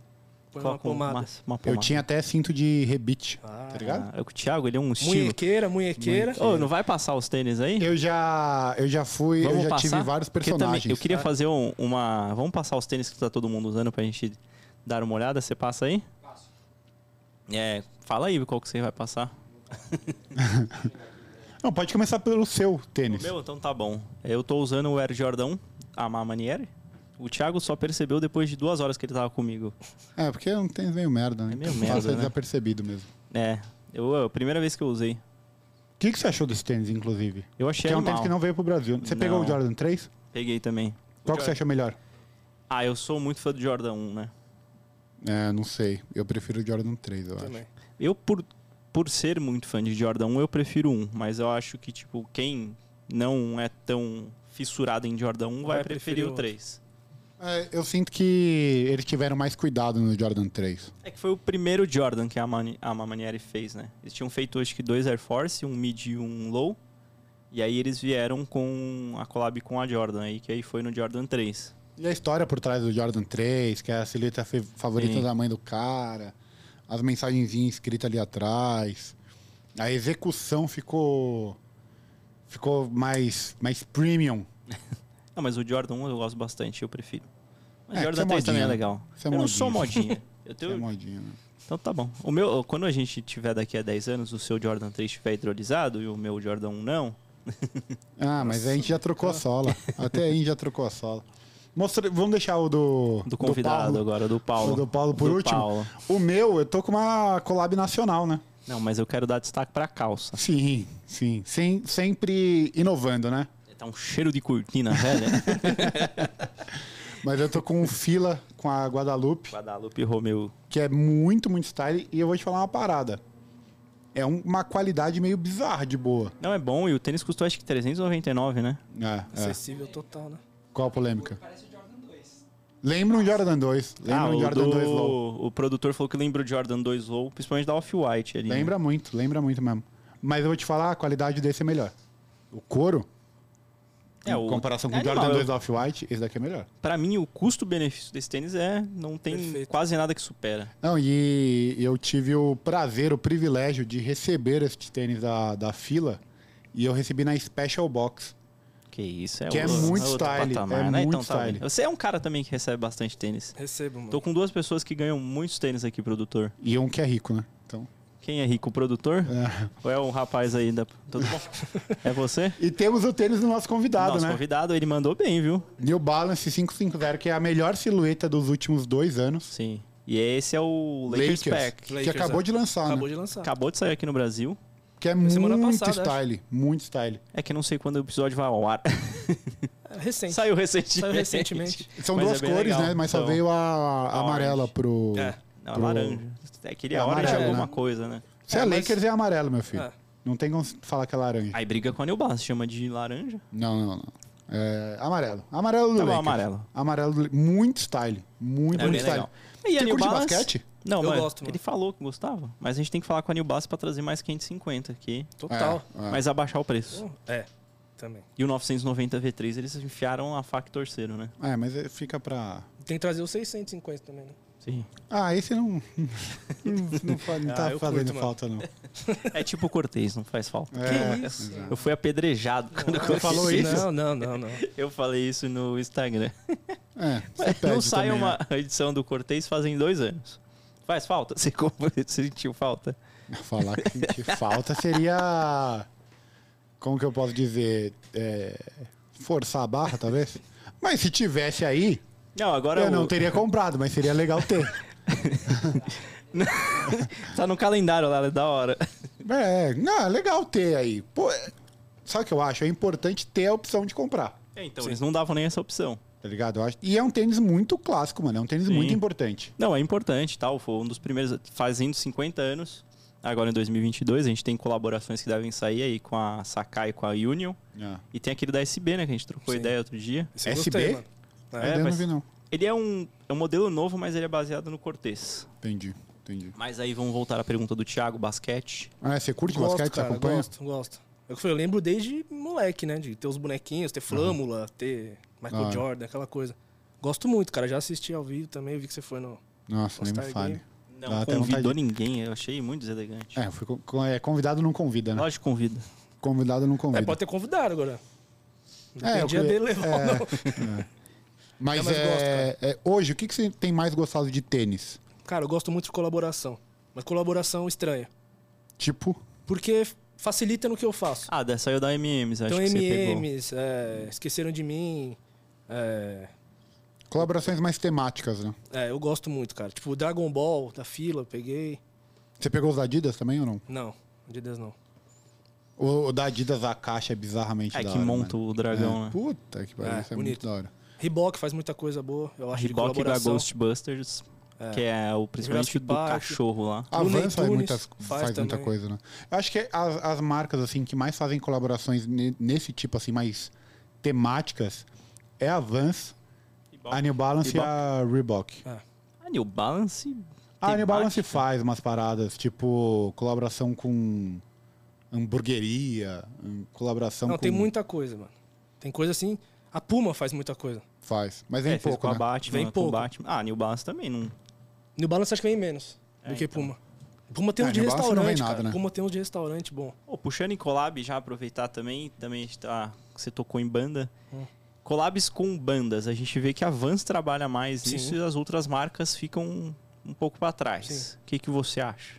Põe uma coloco uma, pomada. uma, Eu pomada. tinha até cinto de rebite, Ah. tá ligado? Ah, o Thiago, ele é um estilo. Munhequeira, munhequeira. Ô, não vai passar os tênis aí? Eu já, eu já fui, eu já tive vários Porque também personagens. tá? eu queria fazer um- uma. Vamos passar os tênis que tá todo mundo usando pra gente dar uma olhada. Você passa aí? É, fala aí qual que você vai passar. Não, pode começar pelo seu tênis. Meu, então tá bom. Eu tô usando o Air Jordan 1, a Mamaniere. O Thiago só percebeu depois de duas horas que ele tava comigo. É, porque é um tênis meio merda, né? É meio Passa merda, né? desapercebido mesmo. É, eu, a primeira vez que eu usei. O que, que você achou desse tênis, inclusive? Eu achei Que é um animal. tênis que não veio pro Brasil. Você pegou Não. o Jordan 3? Peguei também. Qual que você achou melhor? Ah, eu sou muito fã do Jordan 1, né? É, não sei. Eu prefiro o Jordan 3, eu acho. Também. Eu, por, por ser muito fã de Jordan 1, eu prefiro um. Mas eu acho que, tipo, quem não é tão fissurado em Jordan 1 vai, Vai preferir preferir o outro. 3. É, eu sinto que eles tiveram mais cuidado no Jordan 3. É que foi o primeiro Jordan que a, Mani, a Mamanieri fez, né? Eles tinham feito, acho que, dois Air Force, um mid e um low. E aí eles vieram com a collab com a Jordan, aí que aí foi no Jordan 3. E a história por trás do Jordan 3, que é a silhueta fe- favorita Sim. da mãe do cara, as mensagenzinhas escritas ali atrás. A execução ficou ficou mais mais premium. Ah, mas o Jordan 1 eu gosto bastante, eu prefiro. Mas o É, que você é Jordan 3 também é modinha. legal. Você é eu não sou modinha. modinha. Eu tenho, É modinha, né? Então tá bom. O meu, quando a gente tiver daqui a 10 anos, o seu Jordan 3 estiver hidrolisado e o meu Jordan 1 não, Ah, mas a gente já trocou a sola. Até aí a gente já trocou a sola. Mostra, vamos deixar o do do convidado Paulo. agora, do Paulo. O do Paulo por Do último. Paulo. O meu, eu tô com uma collab nacional, né? Não, mas eu quero dar destaque pra calça. Sim, sim. Sem, sempre inovando, né? Tá um cheiro de cortina, velho. né? Mas eu tô com um fila com a Guadalupe, Guadalupe Romeu. que é muito, muito style. E eu vou te falar uma parada. É um- uma qualidade meio bizarra de boa. Não, é bom. E o tênis custou acho que 399, né? É, é. Acessível total, né? Qual a polêmica? Parece o Jordan 2. Lembra um Jordan 2. Lembra ah, um o, Jordan do- 2 low. o produtor falou que lembra o Jordan 2 low, principalmente da Off-White ali. né? Lembra muito, lembra muito mesmo. Mas eu vou te falar, a qualidade desse é melhor. O couro, É, em o- comparação com é o Jordan animal. 2 Off-White, esse daqui é melhor. Pra mim, o custo-benefício desse tênis é... Não tem Perfeito. quase nada que supera. Não, e eu tive o prazer, o privilégio de receber este tênis da, da fila. E eu recebi na Special Box. Que isso, é Que é outro, muito outro style, patamar, é né? muito então, tá bem. style. Você é um cara também que recebe bastante tênis. Recebo, mano. Tô com duas pessoas que ganham muitos tênis aqui, produtor. E um que é rico, né? Então. Quem é rico, o produtor? é. Ou é um rapaz aí da... Tudo bom? é você? E temos o tênis do nosso convidado, Nosso né? convidado, ele mandou bem, viu? New Balance 550, que é a melhor silhueta dos últimos dois anos. Sim. E esse é o Lakers, Lakers. Pack. que Lakers, acabou é. de lançar, Acabou né? de lançar. Acabou de sair aqui no Brasil. Que é semana muito passada, style, muito style. É que eu não sei quando o episódio vai ao ar. É recente. Saiu recentemente. Saiu recentemente. São Mas duas é bem cores, legal. né? Mas só Então, veio a, a amarela orange. pro... É. Não, pro- laranja. É aquele É a hora de amarelo, alguma né? coisa, né? Se é, É, mas- Lakers, é amarelo, meu filho. É. Não tem como falar que é laranja. Aí briga com a Nilba, chama de laranja. Não, não, não. É, amarelo. Amarelo do Tá bom, Lakers. amarelo. Amarelo do Lakers. Muito style. Muito, É bem muito style. legal. E a Você New curte Balance- basquete? Não, Eu mano, gosto, mano. ele falou que gostava, mas a gente tem que falar com a Nilbass pra trazer mais 550 aqui, Total. É, é. mas abaixar o preço. É. Também. E o 990 V3, eles enfiaram a faca e torceram, né? É, mas é- fica pra... Tem que trazer o 650 também, né? Sim. Ah, esse não. Não, não fa- não tá Ah, eu fazendo curto, mano. falta, não. É tipo Cortez, não faz falta. É, que isso? Eu fui apedrejado quando eu Você falou fiz isso? né? Não, não, não, não. Eu falei isso no Instagram. é, você Ué, perde não sai também, né? uma edição do Cortez fazem dois anos. Faz falta? Você como- você sentiu falta? né? Falar que, que falta seria. Como que eu posso dizer? É, forçar a barra, talvez? Mas se tivesse aí, Não, agora eu o- não teria comprado, mas seria legal ter. tá no calendário lá, é da hora. É, não, é legal ter aí. Pô, é- sabe o que eu acho? É importante ter a opção de comprar, É, então, Sim. eles não davam nem essa opção. tá ligado? Eu acho- E é um tênis muito clássico, mano. É um tênis Sim. muito importante. Não, é importante, tal. Foi um dos primeiros, fazendo 50 anos. Agora em 2022, a gente tem colaborações que devem sair aí com a Sakai e com a Union. É, E tem aquele da SB, né, que a gente trocou Sim. ideia outro dia. Esse eu SB? gostei, mano. É, É, eu mas- não vi, não. Ele é um, é um modelo novo, mas ele é baseado no Cortez. Entendi, entendi. Mas aí vamos voltar à pergunta do Thiago, basquete. Ah, você curte Gosto, basquete? Você cara, acompanha? gosto, gosto. É o que Eu, falei, eu lembro desde moleque, né? De ter os bonequinhos, ter Flâmula, ter Michael Uhum. Ah, é. Jordan, aquela coisa. Gosto muito, cara. Já assisti ao vivo também, eu vi que você foi no... Nossa, nem me All-Star fale. Game. Não Dá até convidou vontade. ninguém, eu achei muito deselegante. É, eu fui con- con- é, convidado não convida, né? Lógico, que convida. Convidado não É, convida. pode ter convidado agora. Não É, eu entendi a queria- dele levar ou não. Mas, É, mas é, é, hoje, o que, que você tem mais gostado de tênis? Cara, eu gosto muito de colaboração. Mas colaboração estranha. Tipo, Porque facilita no que eu faço. Ah, dessa eu da MMs, acho então, que você pegou. MMs, é, Esqueceram de Mim... É, colaborações mais temáticas, né? é, eu gosto muito, cara. Tipo, Dragon Ball da fila, eu peguei. Você pegou os da Adidas também ou não? Não, de Deus não. O, o da Adidas, a caixa é bizarramente É da que hora, monta mano. o dragão, É, né? Puta que pariu, É, isso é muito bonito. da hora. Reebok faz muita coisa boa, eu acho, de Reebok da colaboração. Ghostbusters, que é o principalmente Jurassic do Park. cachorro lá. A Looney Vans faz, Tunes muitas, faz faz, muita também. coisa, né? Eu acho que as, as marcas assim que mais fazem colaborações ne- nesse tipo assim mais temáticas é a Vans, a New Balance e a Reebok. É. A Ah, New Balance. A Ah, New temática. Balance faz umas paradas, tipo colaboração com hamburgueria, hum, colaboração Não, com tem muita coisa, mano. Tem coisa assim. A Puma faz muita coisa. faz, mas É, vem fez pouco, com né? a Batman, Vem com o pouco. Batman. Ah, a New Balance também não. New Balance acho que vem menos É, do que então. Puma. Puma tem É, uns de New Balance não restaurante, vem cara. nada, né? Puma tem uns de restaurante bom. Pô, puxando em collab, já aproveitar também, também tá, você tocou em banda. Hum. Collabs com bandas, a gente vê que a Vans trabalha mais Sim. nisso e as outras marcas ficam um pouco pra trás. Sim. O que, que você acha?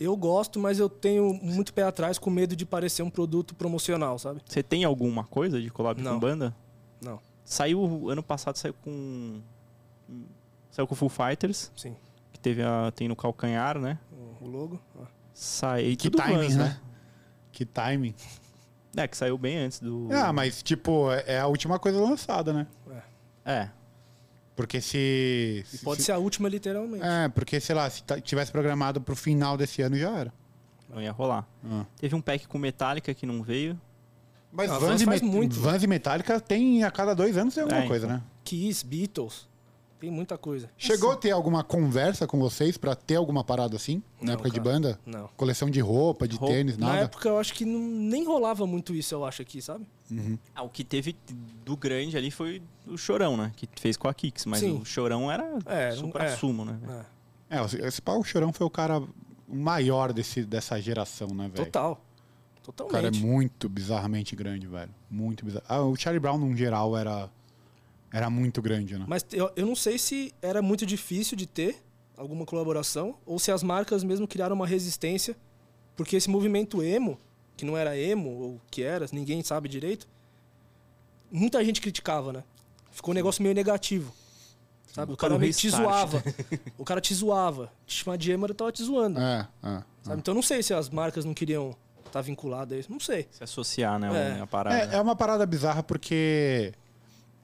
Eu gosto, mas eu tenho muito pé atrás com medo de parecer um produto promocional, sabe? Você tem alguma coisa de collab com Não. banda? Não, Saiu ano passado, saiu com. Saiu com Full Fighters, sim. que teve a, tem no calcanhar, né? O- O logo. ó. Saiu. Que tudo timing, Vans, né? Que timing. É, que saiu bem antes do. Ah, mas tipo, é é a última coisa lançada, né? É. Porque se E se- pode ser a última, literalmente. É, porque, sei lá, se ta- tivesse programado pro final desse ano já era. Não ia rolar. Ah. Teve um pack com Metallica que não veio. Mas Ah, Vans, Vans e faz Met- muito. Vans e Metallica tem a cada dois anos tem alguma É, coisa, né? Kiss, Beatles. Tem muita coisa. Chegou a ter alguma conversa com vocês pra ter alguma parada assim? Na Não, época de cara. banda? Não. Coleção de roupa, de Roupa. tênis, Na nada? época eu acho que não- nem rolava muito isso, eu acho, aqui, sabe? Ah, o que teve do grande ali foi o Chorão, né? Que fez com a Kix, mas Sim. o Chorão era É, não- supra sumo, né? É, É, o- esse pau Chorão foi o cara maior desse, dessa geração, né, velho? total. O Totalmente. cara é muito bizarramente grande, velho. Muito bizarro. Ah, o Charlie Brown, no geral, era, era muito grande, né? Mas eu, eu não sei se era muito difícil de ter alguma colaboração ou se as marcas mesmo criaram uma resistência, porque esse movimento emo, que não era emo ou que era, ninguém sabe direito, muita gente criticava, né? Ficou um negócio meio negativo. Sabe? O Para cara o meio que te restart, zoava. O cara te zoava. Te chamava de emo, ele tava te zoando. É, é. sabe? Então eu não sei se as marcas não queriam estar vinculadas a isso. Não sei. Se associar, né? É. A parada. É, é uma parada bizarra porque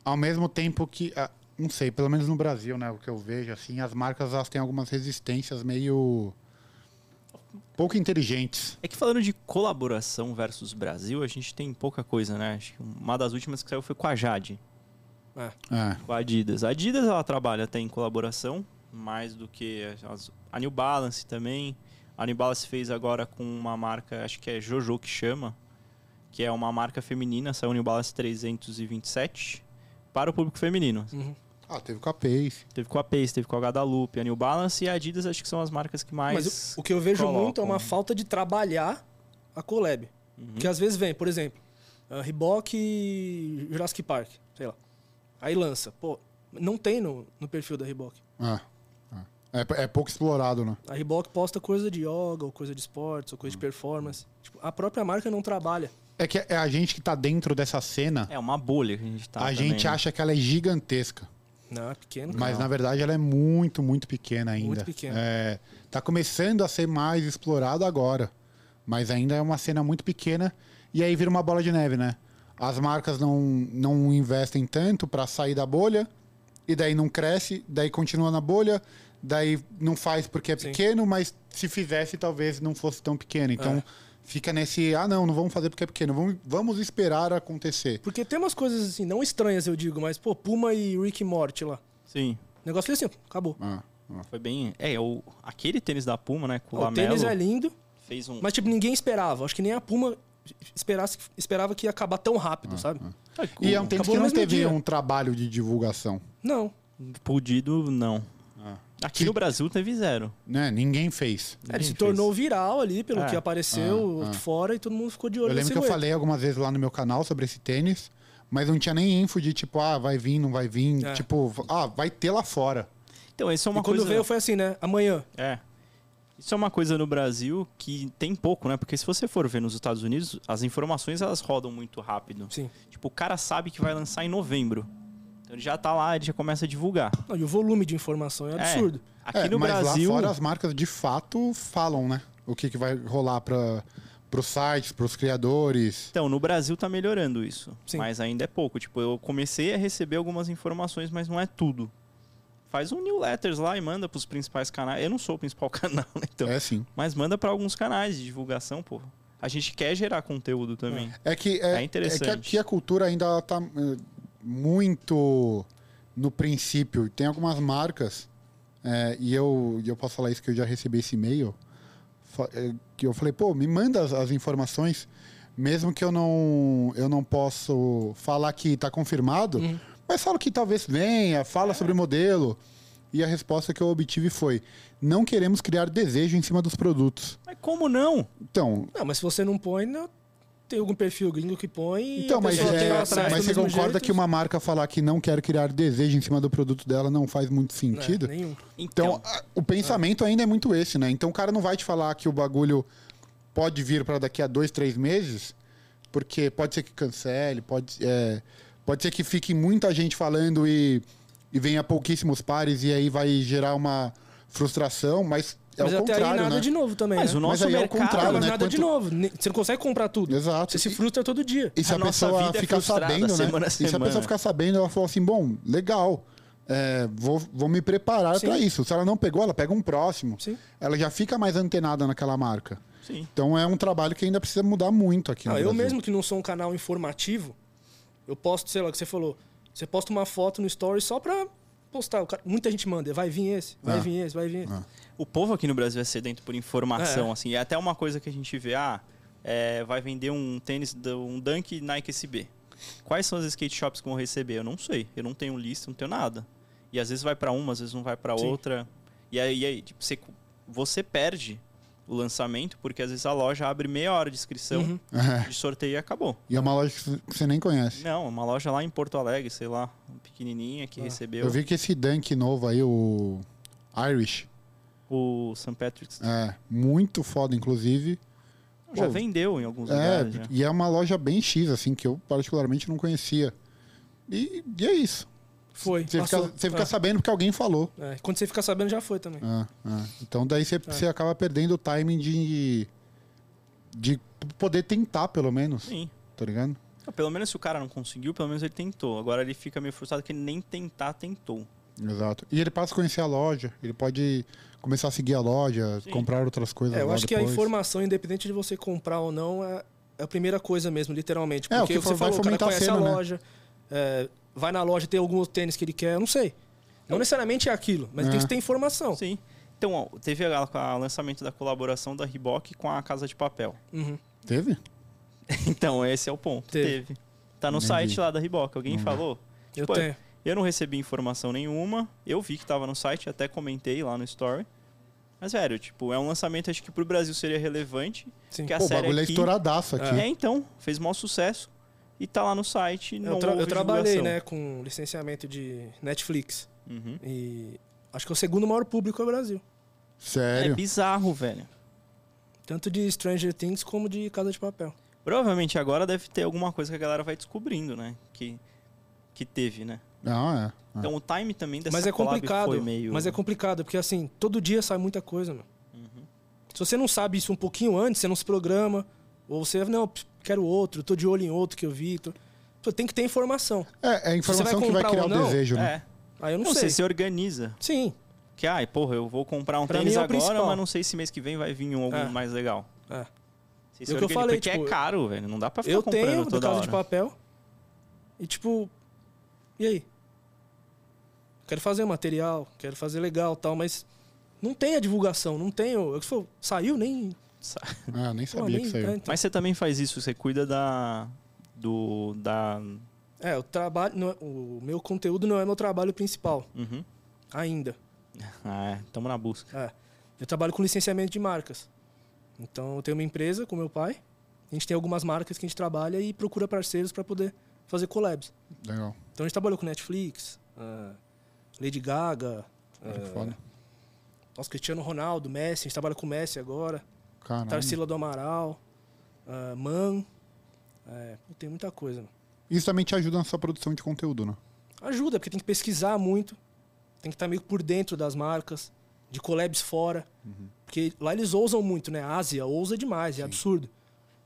ao mesmo tempo que. ah, Não sei, pelo menos no Brasil, né? O que eu vejo, assim, as marcas elas têm algumas resistências meio. pouco inteligentes. É que falando de colaboração versus Brasil, a gente tem pouca coisa, né? Acho que uma das últimas que saiu foi com a Jade, É. É. com a Adidas. A Adidas ela trabalha até em colaboração, mais do que as- a New Balance também. A New Balance fez agora com uma marca, acho que é Jojo que chama, que é uma marca feminina, saiu New Balance 327 para o público feminino. Uhum. Ah, teve com a Pace. Teve com a Pace, teve com a Guadalupe, a New Balance e a Adidas, acho que são as marcas que mais. Mas o, o que eu vejo colocam. Uhum. muito é uma falta de trabalhar a collab. Que às vezes vem, por exemplo, ah, Reebok e Jurassic Park, sei lá. Aí lança. Pô, não tem no, no perfil da Reebok. Ah, ah. É, é pouco explorado, né? A Reebok posta coisa de yoga, ou coisa de esportes, ou coisa Uhum. de performance. Tipo, a própria marca não trabalha. É que é a gente que tá dentro dessa cena, É uma bolha que a gente tá. a também, gente né? acha que ela é gigantesca. Não, é pequeno. cara. Mas na verdade ela é muito, muito pequena ainda. Muito pequena. É, tá começando a ser mais explorado agora. Mas ainda é uma cena muito pequena. E aí vira uma bola de neve, né? As marcas não, não investem tanto pra sair da bolha. E daí não cresce, daí continua na bolha. Daí não faz porque é Sim. pequeno, mas se fizesse talvez não fosse tão pequeno. Então É. fica nesse, ah não, não vamos fazer porque é pequeno. Vamos, vamos esperar acontecer. Porque tem umas coisas assim, não estranhas eu digo, mas pô, Puma e Rick Morty lá. Sim. O negócio foi assim, ó, acabou. Ah, ah. Foi bem. É, o... aquele tênis da Puma, né? Com o Ó, o tênis Lamelo, é lindo, fez um. mas tipo, ninguém esperava. Acho que nem a Puma esperasse, esperava que ia acabar tão rápido, Ah, sabe? E é um tênis Acabou que no não mesmo teve dia. um trabalho de divulgação. Não. Pudido, não. Ah. Aqui no Brasil teve zero. né? Ninguém fez. ah, Ele se Ninguém tornou fez. viral ali, pelo É. que apareceu fora, e todo mundo ficou de olho Eu lembro na que eu silhueta. falei algumas vezes lá no meu canal sobre esse tênis, mas não tinha nem info de tipo, ah, vai vir, não vai vir. É. Tipo, ah, vai ter lá fora. Então, isso é uma e quando coisa. veio foi assim, né? Amanhã. É. Isso é uma coisa no Brasil que tem pouco, né? Porque se você for ver nos Estados Unidos, as informações elas rodam muito rápido. Sim. Tipo, o cara sabe que vai lançar em novembro. Então ele já tá lá, ele já começa a divulgar. Não, e o volume de informação é É. absurdo. Aqui É, no mas Brasil. lá fora as marcas de fato falam, né? O que, que vai rolar para os sites, para os criadores. Então, no Brasil tá melhorando isso. Sim. Mas ainda é pouco. Tipo, eu comecei a receber algumas informações, mas não é tudo. Faz um newsletters lá e manda pros principais canais. Eu não sou o principal canal, né? Então. É sim. Mas manda pra alguns canais de divulgação, pô. A gente quer gerar conteúdo também. É que, é, É interessante. é que aqui a cultura ainda tá eh, muito no princípio. Tem algumas marcas, eh, e eu, e eu posso falar isso que eu já recebi esse e-mail, fa- eh, que eu falei, pô, me manda as, as informações, mesmo que eu não, eu não posso falar que tá confirmado, mas fala que talvez venha, fala sobre o modelo. E a resposta que eu obtive foi: não queremos criar desejo em cima dos produtos. Mas como não? Então, Não, mas se você não põe, não... tem algum perfil gringo que põe. e Então, a mas, pessoa é, tem atrás acesso mas do você mesmo concorda jeito? que uma marca falar que não quer criar desejo em cima do produto dela não faz muito É, sentido? nenhum. Então, a- o pensamento ainda é muito esse, né? Então, o cara não vai te falar que o bagulho pode vir para daqui a dois, três meses, porque pode ser que cancele, pode, é, pode ser que fique muita gente falando e, e venha pouquíssimos pares e aí vai gerar uma frustração, mas é mas o até aí contrário, nada né? de novo também. Mas né? o nosso aí é o mercado, contrário, né? mas né? nada de Quanto- novo. Ne- Você não consegue comprar tudo. Exato. Você se frustra todo dia. E se a, A nossa pessoa vida é ficar frustrada sabendo, né? semana a E se a semana. pessoa ficar sabendo, ela falou assim: bom, legal, é, vou, vou me preparar Sim. para isso. Se ela não pegou, ela pega um próximo. Sim. Ela já fica mais antenada naquela marca. Sim. Então é um trabalho que ainda precisa mudar muito aqui no Ah, eu Brasil. mesmo que não sou um canal informativo, eu posto, sei lá, o que você falou. Você posta uma foto no story só pra postar. O cara- muita gente manda, vai vir esse, vai Ah. vir esse, vai vir esse. O povo aqui no Brasil é sedento por informação, É. assim. É até uma coisa que a gente vê, ah, é, vai vender um tênis, do- um Dunk Nike SB. Quais são as skate shops que vão receber? Eu não sei. Eu não tenho lista, não tenho nada. E às vezes vai pra uma, às vezes não vai pra Sim. outra. E aí, e aí, tipo, você, você perde o lançamento, porque às vezes a loja abre meia hora de inscrição, Uhum. de sorteio e acabou. E é uma loja que você nem conhece. Não, uma loja lá em Porto Alegre, sei lá, pequenininha, Ah. que recebeu Eu vi que esse Dunk novo aí, o Irish, o St. Patrick's. é muito foda, inclusive. Já Pô, vendeu em alguns lugares. É, já. e é uma loja bem X, assim, que eu particularmente não conhecia. E, e é isso. Foi. Você fica, passou. você fica É, sabendo porque alguém falou. é. Quando você fica sabendo, já foi também. Ah, ah. Então daí É. você, você acaba perdendo o timing de. De poder tentar, pelo menos. Sim. Tá ligado? Ah, Pelo menos se o cara não conseguiu, pelo menos ele tentou. Agora ele fica meio frustrado que ele nem tentar tentou. Exato. E ele passa a conhecer a loja. Ele pode começar a seguir a loja, Sim. comprar outras coisas. É, eu lá acho que a depois. informação, independente de você comprar ou não, é é a primeira coisa mesmo, literalmente. É, o Porque que você vai falou, o cara fomentar a conhece a, cena, né? loja, é, vai na loja, tem algum outro tênis que ele quer, eu não sei. Não necessariamente é aquilo, mas É. tem que ter informação. Sim. Então, ó, teve o lançamento da colaboração da Reebok com a Casa de Papel. Uhum. Teve? Então, esse é o ponto. Teve. Teve. Tá no Entendi. site lá da Reebok. Alguém falou? Eu Tipo, tenho. Eu, Eu não recebi informação nenhuma. Eu vi que tava no site, até comentei lá no story. Mas, velho, tipo, é um lançamento acho que pro Brasil seria relevante. Sim. Que a Pô, o série bagulho é aqui- estouradaço aqui. É, então, fez maior sucesso. E tá lá no site, não Eu, tra- eu houve trabalhei, divulgação. né, com licenciamento de Netflix. Uhum. E acho que é o segundo maior público é o Brasil. É Sério. É. bizarro, velho. Tanto de Stranger Things como de Casa de Papel. Provavelmente agora deve ter alguma coisa que a galera vai descobrindo, né? Que, que teve, né? Não, é. é. Então o time também dessa Ah. mas é collab complicado. foi meio... Mas é complicado, porque assim, todo dia sai muita coisa, mano. Uhum. Se você não sabe isso um pouquinho antes, você não se programa. Ou você, não, p- quero outro, tô de olho em outro que eu vi. tô- Pô, tem que ter informação. É, é a vai informação que vai comprar criar ou o não, desejo, né? É. Aí eu não, Não, sei. sei, se organiza. Sim. Que, ai, porra, eu vou comprar um Pra tênis mim é o agora, principal. mas não sei se mês que vem vai vir um algum É. mais legal. É. Você É o que eu organiza, falei, Porque tipo, é caro, velho. Não dá pra ficar Eu comprando tenho do toda Casa hora. de Papel. E tipo. E aí? Quero fazer material, quero fazer legal tal, mas não tem a divulgação, não tem. o- Eu, que falo, saiu nem. Ah, nem pô, sabia nem que saiu. é, então. Mas você também faz isso, você cuida da... Do... Da... É, o trabalho. não é- o meu conteúdo não é meu trabalho principal, Uhum. ainda. Ah, é. Tamo na busca. É. Eu trabalho com licenciamento de marcas. Então eu tenho uma empresa com meu pai. A gente tem algumas marcas que a gente trabalha e procura parceiros para poder fazer collabs. Legal. Então a gente trabalhou com Netflix, ah, Lady Gaga, Que ah, foda. nosso Cristiano Ronaldo, Messi, a gente trabalha com o Messi agora, Caralho. Tarsila do Amaral, ah, Man. É, pô, tem muita coisa. mano. Isso também te ajuda na sua produção de conteúdo, né? Ajuda, porque tem que pesquisar muito, tem que estar meio que por dentro das marcas, de collabs fora. Uhum. Porque lá eles ousam muito, né? A Ásia ousa demais, é absurdo.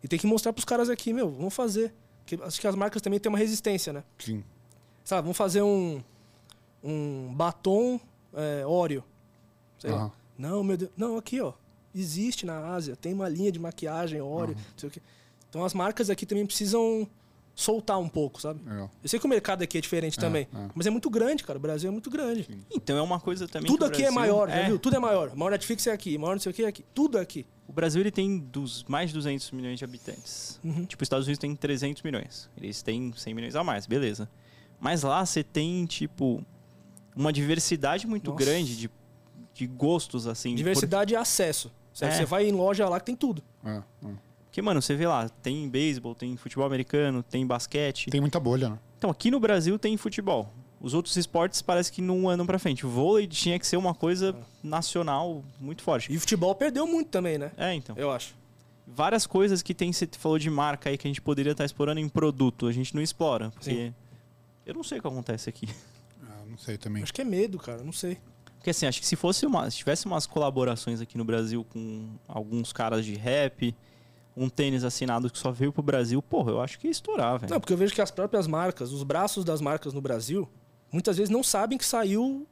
E tem que mostrar pros caras aqui, meu, vamos fazer. Porque acho que as marcas também têm uma resistência, né? Sim. Sabe, vamos fazer um, um batom é, Oreo. Sei lá. Aham. Não, meu Deus. Não, aqui, ó. Existe na Ásia, tem uma linha de maquiagem, óleo, não sei o quê. Então as marcas aqui também precisam soltar um pouco, sabe? Legal. Eu sei que o mercado aqui é diferente também, é. mas é muito grande, cara. O Brasil é muito grande. Então é uma coisa também Tudo que o aqui é Brasil- maior, já viu? Tudo é maior. A maior Netflix é aqui, a maior não sei o que é aqui. Tudo é aqui. O Brasil ele tem dos, mais de 200 milhões de habitantes. Uhum. Tipo, os Estados Unidos tem 300 milhões. Eles têm 100 milhões a mais, beleza. Mas lá você tem, tipo, uma diversidade muito Nossa. grande de, de gostos, assim. Diversidade e acesso. Sabe? É. Você vai em loja lá que tem tudo. É, é. Por- Porque, mano, você vê lá, tem beisebol, tem futebol americano, tem basquete. Tem muita bolha, né? Então, aqui no Brasil tem futebol. Os outros esportes parece que não andam pra frente. O vôlei tinha que ser uma coisa nacional muito forte. É. E o futebol perdeu muito também, né? É, então. Eu acho. várias coisas que tem, você falou de marca aí que a gente poderia estar explorando em produto, a gente não explora, porque eu não sei o que acontece aqui. Ah, não sei também. Acho que é medo, cara. Não sei. Porque assim, acho que se fosse uma, se tivesse umas colaborações aqui no Brasil com alguns caras de rap, um tênis assinado que só veio pro Brasil, porra, eu acho que ia estourar, velho. Não, porque eu vejo que as próprias marcas, os braços das marcas no Brasil, muitas vezes não sabem que saiu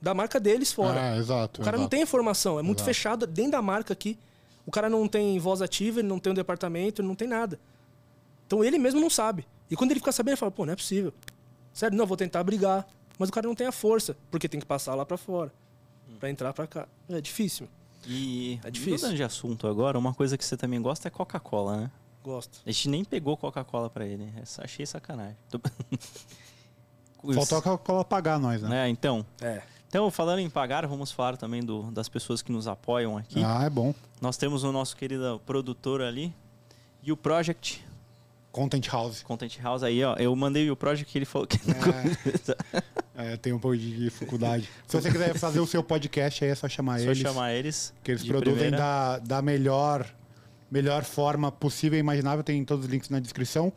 da marca deles fora. Ah, exato. o cara não exato. tem informação, é muito Exato. fechado dentro da marca aqui. O cara não tem voz ativa, ele não tem um departamento, ele não tem nada. Então ele mesmo não sabe. E quando ele fica sabendo, ele fala, pô, não é possível. Sério, não, vou tentar brigar. Mas o cara não tem a força, porque tem que passar lá pra fora. Pra entrar pra cá. É difícil, meu. E É difícil. mudando de assunto agora, uma coisa que você também gosta é Coca-Cola, né? gosto. A gente nem pegou Coca-Cola pra ele, né? essa- achei sacanagem. Tô- Faltou a Coca-Cola pagar nós, né? É, então. É. Então, falando em pagar, vamos falar também do- das pessoas que nos apoiam aqui. Ah, é bom. Nós temos o nosso querido produtor ali e o Project Content House. Content House aí, ó. Eu mandei o Project que ele falou que É, tem um pouco de dificuldade. Se você quiser fazer o seu podcast, aí é só chamar se eu eles. chamar eles. Que eles de produzem primeira. da, da melhor, melhor forma possível e imaginável. Tem todos os links na descrição.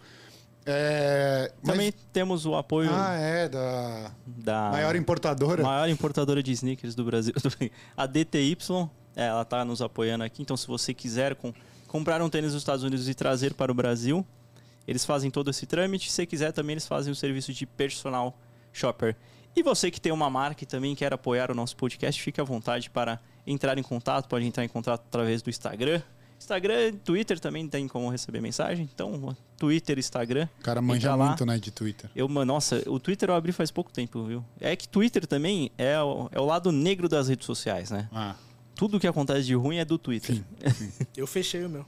É, mas- Também um- Ah. temos o apoio Ah, é, da da maior importadora. maior importadora de sneakers do Brasil, a DTY. é, Ela tá nos apoiando aqui, então se você quiser com- comprar um tênis dos Estados Unidos e trazer para o Brasil, eles fazem todo esse trâmite. Se quiser também, eles fazem o serviço de personal shopper. E você que tem uma marca e também quer apoiar o nosso podcast, fique à vontade para entrar em contato. Pode entrar em contato através do Instagram. Instagram, Twitter também tem como receber mensagem. Então, Twitter, Instagram. O cara manja Entra lá. muito, né, de Twitter. Eu, mano, nossa, o Twitter eu abri faz pouco tempo, viu? É que Twitter também é o, é o lado negro das redes sociais, né? Ah, Tudo que acontece de ruim é do Twitter. Eu fechei o meu.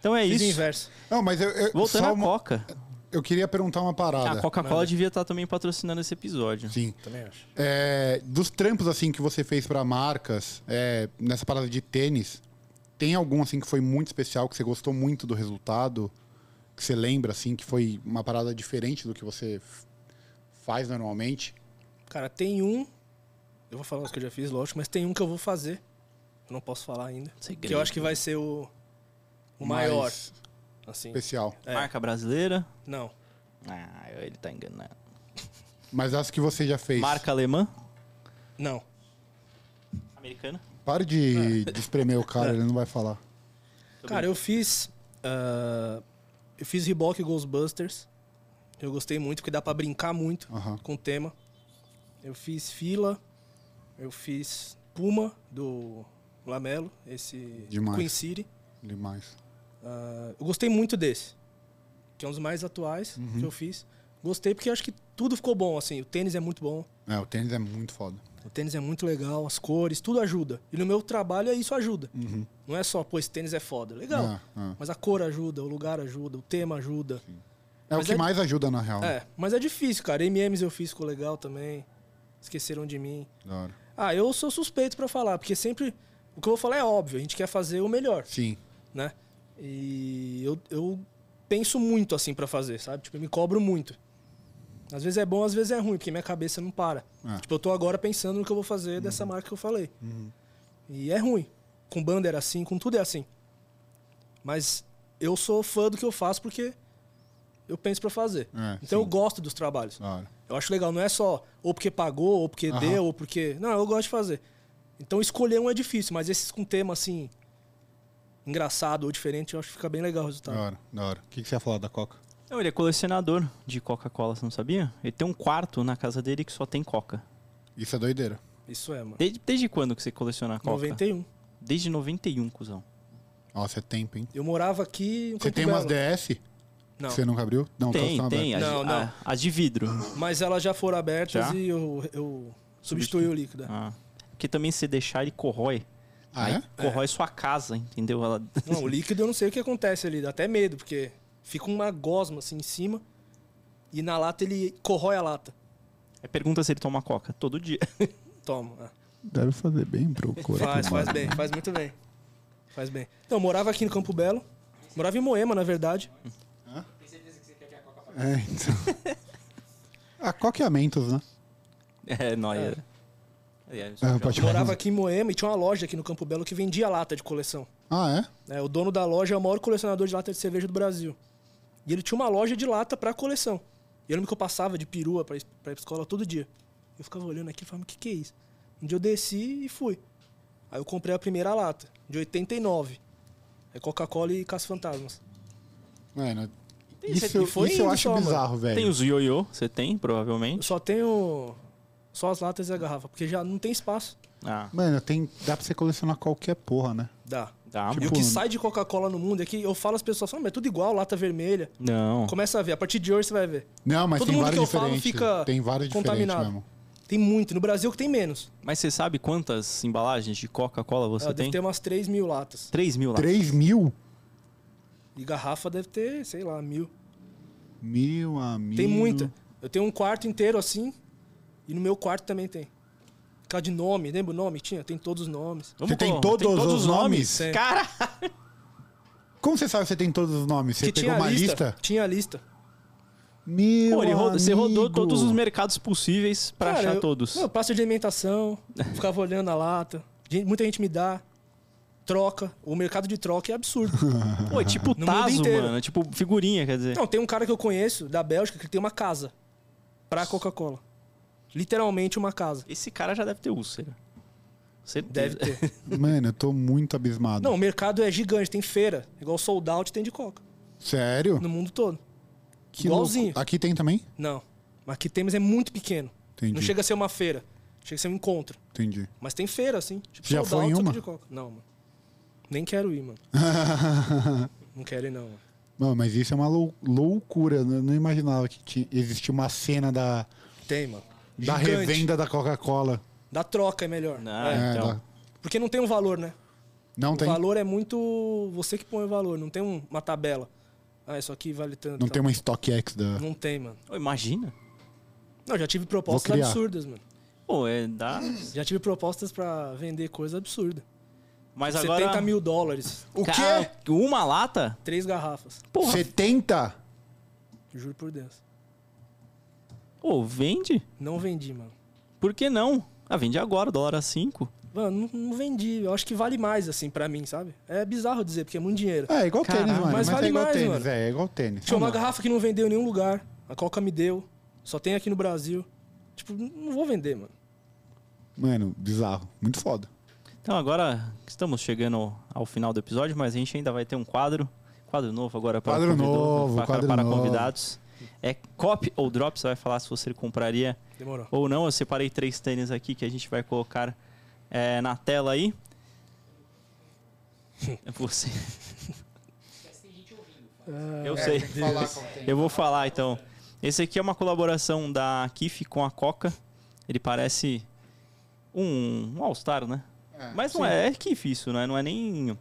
Então é Fiz o isso. inverso. Não, mas eu, eu- Voltando só à uma- Ah, né? Coca. Ah, eu queria perguntar uma A parada. Coca-Cola devia estar também patrocinando esse episódio. Sim. Também acho. É, dos trampos assim que você fez pra marcas, é, nessa parada de tênis, tem algum assim que foi muito especial que você gostou muito do resultado, que você lembra assim que foi uma parada diferente do que você f- faz normalmente? Cara, tem um. Eu vou falar os que eu já fiz, lógico, mas tem um que eu vou fazer. Eu não posso falar ainda. Que eu acho que vai ser o, o Mais maior. Assim. especial. É. Marca brasileira. Não. Ah, ele tá enganando. Mas as que você já fez. Marca alemã. Não. Americana. Para de, É. de espremer o cara, ele não vai falar. Cara, eu fiz. ah, eu fiz Reebok Ghostbusters. Eu gostei muito, porque dá pra brincar muito Aham. com o tema. Eu fiz Fila. Eu fiz Puma, do Lamelo. Esse Demais. Queen City. Demais. Ah, eu gostei muito desse. Que é um dos mais atuais que eu fiz. Gostei porque eu acho que tudo ficou bom, assim. O tênis é muito bom. É, o tênis é muito foda. O tênis é muito legal, as cores, tudo ajuda. E no meu trabalho é isso ajuda. Não é só, pô, esse tênis é foda. Legal. É, é. Mas a cor ajuda, o lugar ajuda, o tema ajuda. É Mas o que é- mais ajuda na real. É, mas é difícil, cara. MMs eu fiz, ficou legal também. Esqueceram de mim. Da hora. Ah, eu sou suspeito pra falar, porque sempre o que eu vou falar é óbvio. A gente quer fazer o melhor, Sim. né? E eu, eu penso muito assim pra fazer, sabe? Tipo, eu me cobro muito. Às vezes é bom, às vezes é ruim, porque minha cabeça não para. É. Uhum. Tipo, eu tô agora pensando no que eu vou fazer dessa marca que eu falei. E é ruim. Com banda era assim, com tudo é assim. Mas eu sou fã do que eu faço porque eu penso pra fazer. É, então eu sim. gosto dos trabalhos. Da hora. Eu acho legal, não é só ou porque pagou, ou porque Aham. deu, ou porque. Não, eu gosto de fazer. Então escolher um é difícil, mas esses com tema assim. engraçado ou diferente, eu acho que fica bem legal o Ah. resultado. Da hora, da hora. O que, que você ia falar da Coca? Não, ele é colecionador de Coca-Cola, você não sabia? Ele tem um quarto na casa dele que só tem Coca. Isso é doideira. Isso é, mano. Desde, desde quando que é? você coleciona a Coca? 91. Desde 91, cuzão. Nossa, é tempo, hein? Eu morava aqui. em Você Campo tem Belo. umas DS que Não. você nunca abriu? Não, todas tem, estão tem. abertas. As, Não, a- não. as de vidro. Mas elas já foram abertas Já? e eu, eu substituí o líquido. é. Ah. Porque também se deixar, ele corrói. Ah, Aí é? corrói sua casa, entendeu? Ela... Não, o líquido eu não sei o que acontece ali, dá até medo, porque fica uma gosma assim em cima e na lata ele corrói a lata. Aí É Pergunta se ele toma Coca todo dia. Toma. é. Deve fazer bem pro corpo. Faz, faz bem, faz muito bem. Faz bem. Então, eu morava aqui no Campo Belo. Morava em Moema, na verdade. É, então. A Coca e a Mentos, né? É, nóia. É, pode Eu morava aqui em Moema e tinha uma loja aqui no Campo Belo que vendia lata de coleção. Ah, é? né? o dono da loja é o maior colecionador de lata de cerveja do Brasil. E ele tinha uma loja de lata pra coleção. E eu lembro que eu passava de perua pra, es- pra ir pra escola todo dia. Eu ficava olhando aqui e falava, o que, que é isso? Um dia eu desci e fui. Aí eu comprei a primeira lata, de 89. É Coca-Cola e Caça Fantasmas. Mano, Tem- isso, e foi isso eu indo acho só, mano. bizarro, velho. Tem os ioiô, você tem, Eu provavelmente. só tenho só as latas e a garrafa, porque já não tem espaço. Ah, Mano, tem... dá pra você colecionar qualquer porra, né? Dá. dá, E mano. o que sai de Coca-Cola no mundo é que eu falo às pessoas, ah, mas é tudo igual, lata vermelha. Não. Começa a ver, a partir de hoje você vai ver. Não, mas Todo tem mundo que vários eu falo diferentes. fica tem vários diferentes contaminado. mesmo. Tem muito, no Brasil que tem menos. Mas você sabe quantas embalagens de Coca-Cola você Ah, tem? Deve ter umas 3 mil latas. 3 mil lá. 3 mil? E garrafa deve ter, sei lá, mil. Meu amigo. Tem muita. Eu tenho um quarto inteiro assim, e no meu quarto também tem. Por causa de nome, lembra o nome? que Tinha? Tem todos os nomes. É, Vamos Você tem colocar- todos os nomes? Tem. Cara! Como você sabe que você tem todos os nomes? Você Que pegou tinha a uma lista? Tinha a lista. Meu Pô, ele rodou, você rodou amigo. todos os mercados possíveis pra Cara, achar eu- todos. Eu passo de alimentação, ficava olhando a lata. Gente- muita gente me dá. Troca. O mercado de troca é absurdo. Pô, é tipo No mundo Tazo, inteiro. mano. É tipo figurinha, quer dizer. Não, tem um cara que eu conheço, da Bélgica, que ele tem uma casa pra Coca-Cola. Literalmente uma casa. Esse cara já deve ter úlcera. Deve Certeza. ter. Mano, eu tô muito abismado. Não, o mercado é gigante, tem feira. Igual sold out tem de coca. Sério? No mundo todo. Que igualzinho. louco. Aqui tem também? Não. Mas aqui temos é muito pequeno. Entendi. Não chega a ser uma feira. Chega a ser um encontro. Entendi. Mas tem feira, assim. Tipo, Já sold foi out, em só que uma? de coca. Não, mano. Nem quero ir, mano. Não quero ir, não. Mano. Mano, mas isso é uma lou- loucura. Eu não imaginava que tinha, existia uma cena da, Tem, mano. da Gigante. revenda da Coca-Cola. Da troca é melhor. Não, É. É, então. da- Porque não tem um valor, né? Não O tem. valor é muito. Você que põe o valor, não tem um- uma tabela. Ah, isso aqui vale tanto. Não tal. tem uma StockX da. Não tem, mano. Ô, imagina. Não, já tive Vou propostas criar. absurdas, mano. Pô, é dá. Já tive propostas pra vender coisa absurda. Mas 70 agora. mil dólares, O Cara, quê? Uma lata? três garrafas. Porra. 70? Juro por Deus. Pô, vende? Não vendi, mano. Por que não? Ah, vende agora, o dólar a 5. Mano, não, não vendi. Eu acho que vale mais, assim, pra mim, sabe? É bizarro dizer, porque é muito dinheiro. É, igual Caralho, tênis, mano. mas Mas, vale é igual mais, tênis, mano. é, é igual tênis. Tinha uma Ah, não. garrafa que não vendeu em nenhum lugar. A Coca me deu. Só tem aqui no Brasil. Tipo, não vou vender, mano. Mano, bizarro. Muito foda. Então agora estamos chegando ao final do episódio, mas a gente ainda vai ter um quadro. Quadro novo agora para, Quadro convidado- novo, para, quadro para novo. convidados. É cop ou drop, você vai falar se você compraria Demorou. ou não. Eu separei três tênis aqui que a gente vai colocar é, na tela aí. É Você. É, Eu sei. Eu vou falar então. Esse aqui é uma colaboração da Kif com a Coca. Ele parece um, um All-Star, né? Mas não é, é Kif isso, né? Não é nem.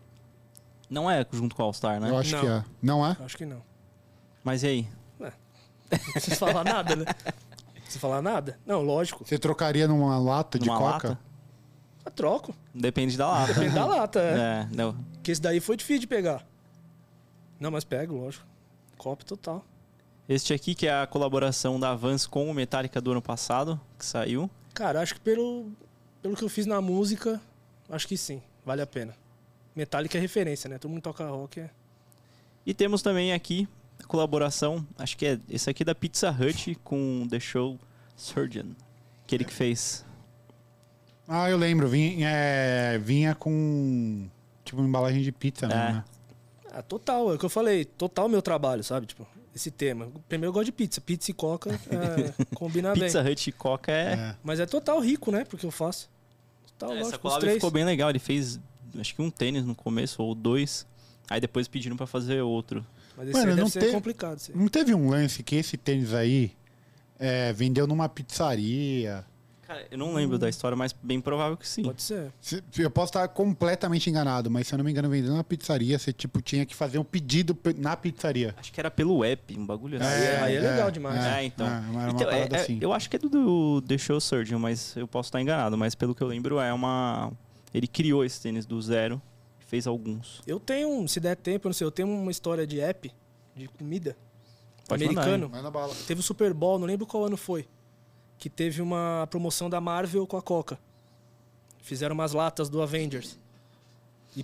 Não é junto com o All-Star, né? Eu acho Não. que é. Não é? Acho que não. Mas e aí? Não precisa falar nada, né? Não precisa falar nada? Não, lógico. Você trocaria numa lata de Numa coca? lata? Eu troco. Depende da lata. Depende da lata, é. É, não. Porque esse daí foi difícil de pegar. Não, mas pego, lógico. Copo total. Este aqui que é a colaboração da Vans com o Metallica do ano passado, que saiu. Cara, acho que pelo, pelo que eu fiz na música, acho que sim. Vale a pena. Metallica é referência, né? Todo mundo toca rock. É... E temos também aqui a colaboração, acho que é esse aqui é da Pizza Hut com The Show Surgeon. Aquele que fez. Ah, eu lembro. Vinha, é, vinha com. Tipo, uma embalagem de pizza, É. né? Ah, total. É o que eu falei. Total meu trabalho, sabe? Tipo, esse tema. Primeiro eu gosto de pizza. Pizza e coca é, combina bem. Pizza Hut e Coca é. É. Mas é total rico, né? Porque eu faço. Total, É, Essa lógico, os collab três. ficou bem legal. Ele fez, acho que um tênis no começo, ou dois. Aí depois pediram pra fazer outro. Mas esse Mano, aí não deve ser teve- complicado. esse aí. Não teve um lance que esse tênis aí é, vendeu numa pizzaria? Cara, hum. eu não lembro da história, mas bem provável que sim. Pode ser. Se- Eu posso estar completamente enganado, mas se eu não me engano, vendendo numa pizzaria, você tipo, tinha que fazer um pedido pe- na pizzaria. Acho que era pelo app, um bagulho assim. É, aí é legal demais. É, então. É, uma, uma Então, é- parada é- assim. Eu acho que é do, do The Show Surgeon, mas eu posso estar enganado. Mas pelo que eu lembro, é uma. Ele criou esse tênis do zero e fez alguns. Eu tenho, um- se der tempo, eu não sei, eu tenho uma história de app, de comida, Pode americano. Vai na bala. Teve o Super Bowl, não lembro qual ano foi, que teve uma promoção da Marvel com a Coca. Fizeram umas latas do Avengers. E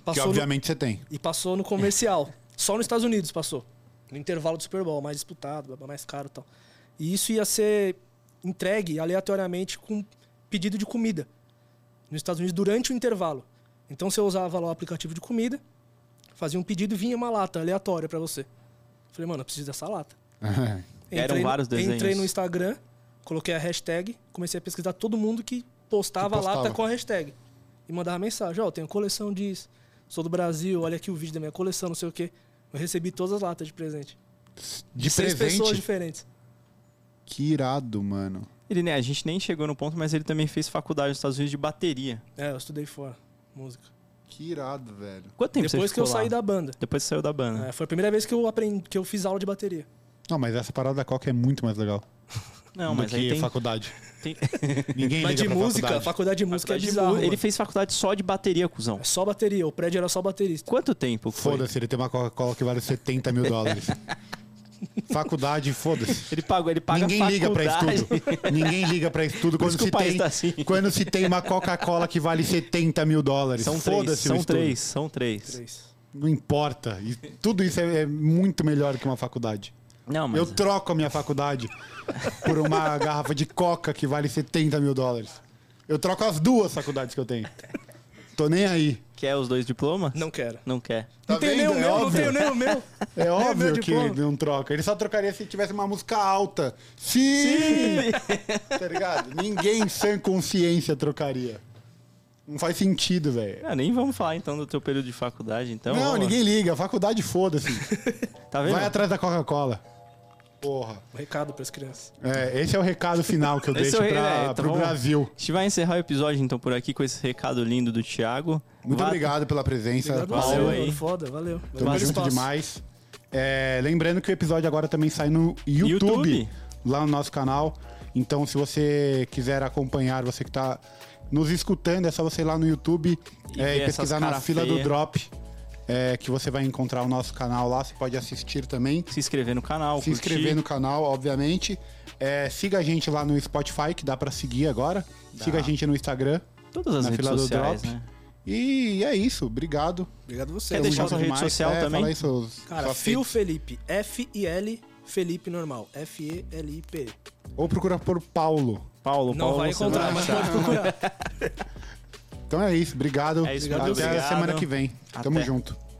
Que passou, no, obviamente você tem. e passou no comercial. Só nos Estados Unidos passou. No intervalo do Super Bowl, mais disputado, blá, blá, mais caro e tal. E isso ia ser entregue aleatoriamente com pedido de comida nos Estados Unidos durante o intervalo. Então você usava lá o aplicativo de comida, fazia um pedido e vinha uma lata aleatória pra você. Falei, mano, eu preciso dessa lata. Eram no- vários desenhos. Entrei no Instagram, coloquei a hashtag, comecei a pesquisar todo mundo que postava, Que postava. lata com a hashtag. E mandava mensagem, ó, eu tenho coleção disso, sou do Brasil, olha aqui o vídeo da minha coleção, não sei o quê. Eu recebi todas as latas de presente. De Seis pessoas presente. diferentes. Que irado, mano. Ele, né, a gente nem chegou no ponto, mas ele também fez faculdade nos Estados Unidos de bateria. É, eu estudei fora, música. Que irado, velho. Quanto tempo Depois você que eu ficou lá? Né. saí da banda. Depois que saiu da banda. É, foi a primeira vez que eu aprendi, que eu fiz aula de bateria. Não, mas essa parada da Coca é muito mais legal. Não, É. do mas que aí tem. faculdade. tem- Ninguém Mas liga de pra música, faculdade. faculdade. de música faculdade de é bizarro. mu- ele mano. fez faculdade só de bateria, cuzão. É só bateria, o prédio era só baterista. Quanto tempo foi? Foda-se, ele tem uma Coca-Cola que vale 70 mil dólares. faculdade, foda-se. Ele pagou, ele paga Ninguém liga pra faculdade. estudo. Ninguém liga pra estudo Por quando isso que se, o país tem, tá assim. quando se tem uma Coca-Cola que vale 70 mil dólares. São três, Foda-se o são estudo. três, são três. Três. Não importa. E tudo isso é, é muito melhor que uma faculdade. Não, mas é. Eu troco a minha faculdade por uma garrafa de Coca que vale 70 mil dólares. Eu troco as duas faculdades que eu tenho. Tô nem aí. quer os dois diplomas? Não quero. Não quer. Tá não tenho nem vendo? o É meu, não óbvio. tenho nem o meu. É meu óbvio que diploma. não troca. Ele só trocaria se tivesse uma música alta. Sim! Tá ligado? Ninguém sem consciência trocaria. Não faz sentido, velho. Ah, nem vamos falar então do teu período de faculdade, então. não, Ó, ninguém liga. A faculdade, foda-se. Tá vendo? Vai atrás da Coca-Cola. Porra. Um recado pras crianças. É, esse é o recado final que eu Esse deixo é o re- pra, é, tá pro bom. Brasil. A gente vai encerrar o episódio então por aqui com esse recado lindo do Thiago. Muito Vá- obrigado pela presença, Obrigado valeu Paulo. você, aí. mano. Foda, valeu. Tamo Valeu junto espaço. demais. É, lembrando que o episódio agora também sai no YouTube, YouTube. lá no nosso canal. Então, se você quiser acompanhar, você que tá nos escutando, é só você ir lá no YouTube E é, ver e essas pesquisar na cara fila do feia. Drop, é, que você vai encontrar o nosso canal lá. Você pode assistir também. Se inscrever no canal, curtir. se inscrever no canal, obviamente. É, siga a gente lá no Spotify, que dá pra seguir agora. Siga a gente no Instagram. Todas as na redes fila do sociais, Drop. né? E é isso. Obrigado. Obrigado a você. Quer deixar um sua Obrigado rede demais. social é, também? Fala aí seus, Cara, suas Fio redes. Felipe. F e L Felipe normal. F-E-L-I-P. Ou procura por Paulo. Paulo, Não Paulo vai você vai encontrar, mas achar. pode procurar. Então é isso. Obrigado. É isso, Até muito a obrigado. semana que vem. Tamo Até. junto.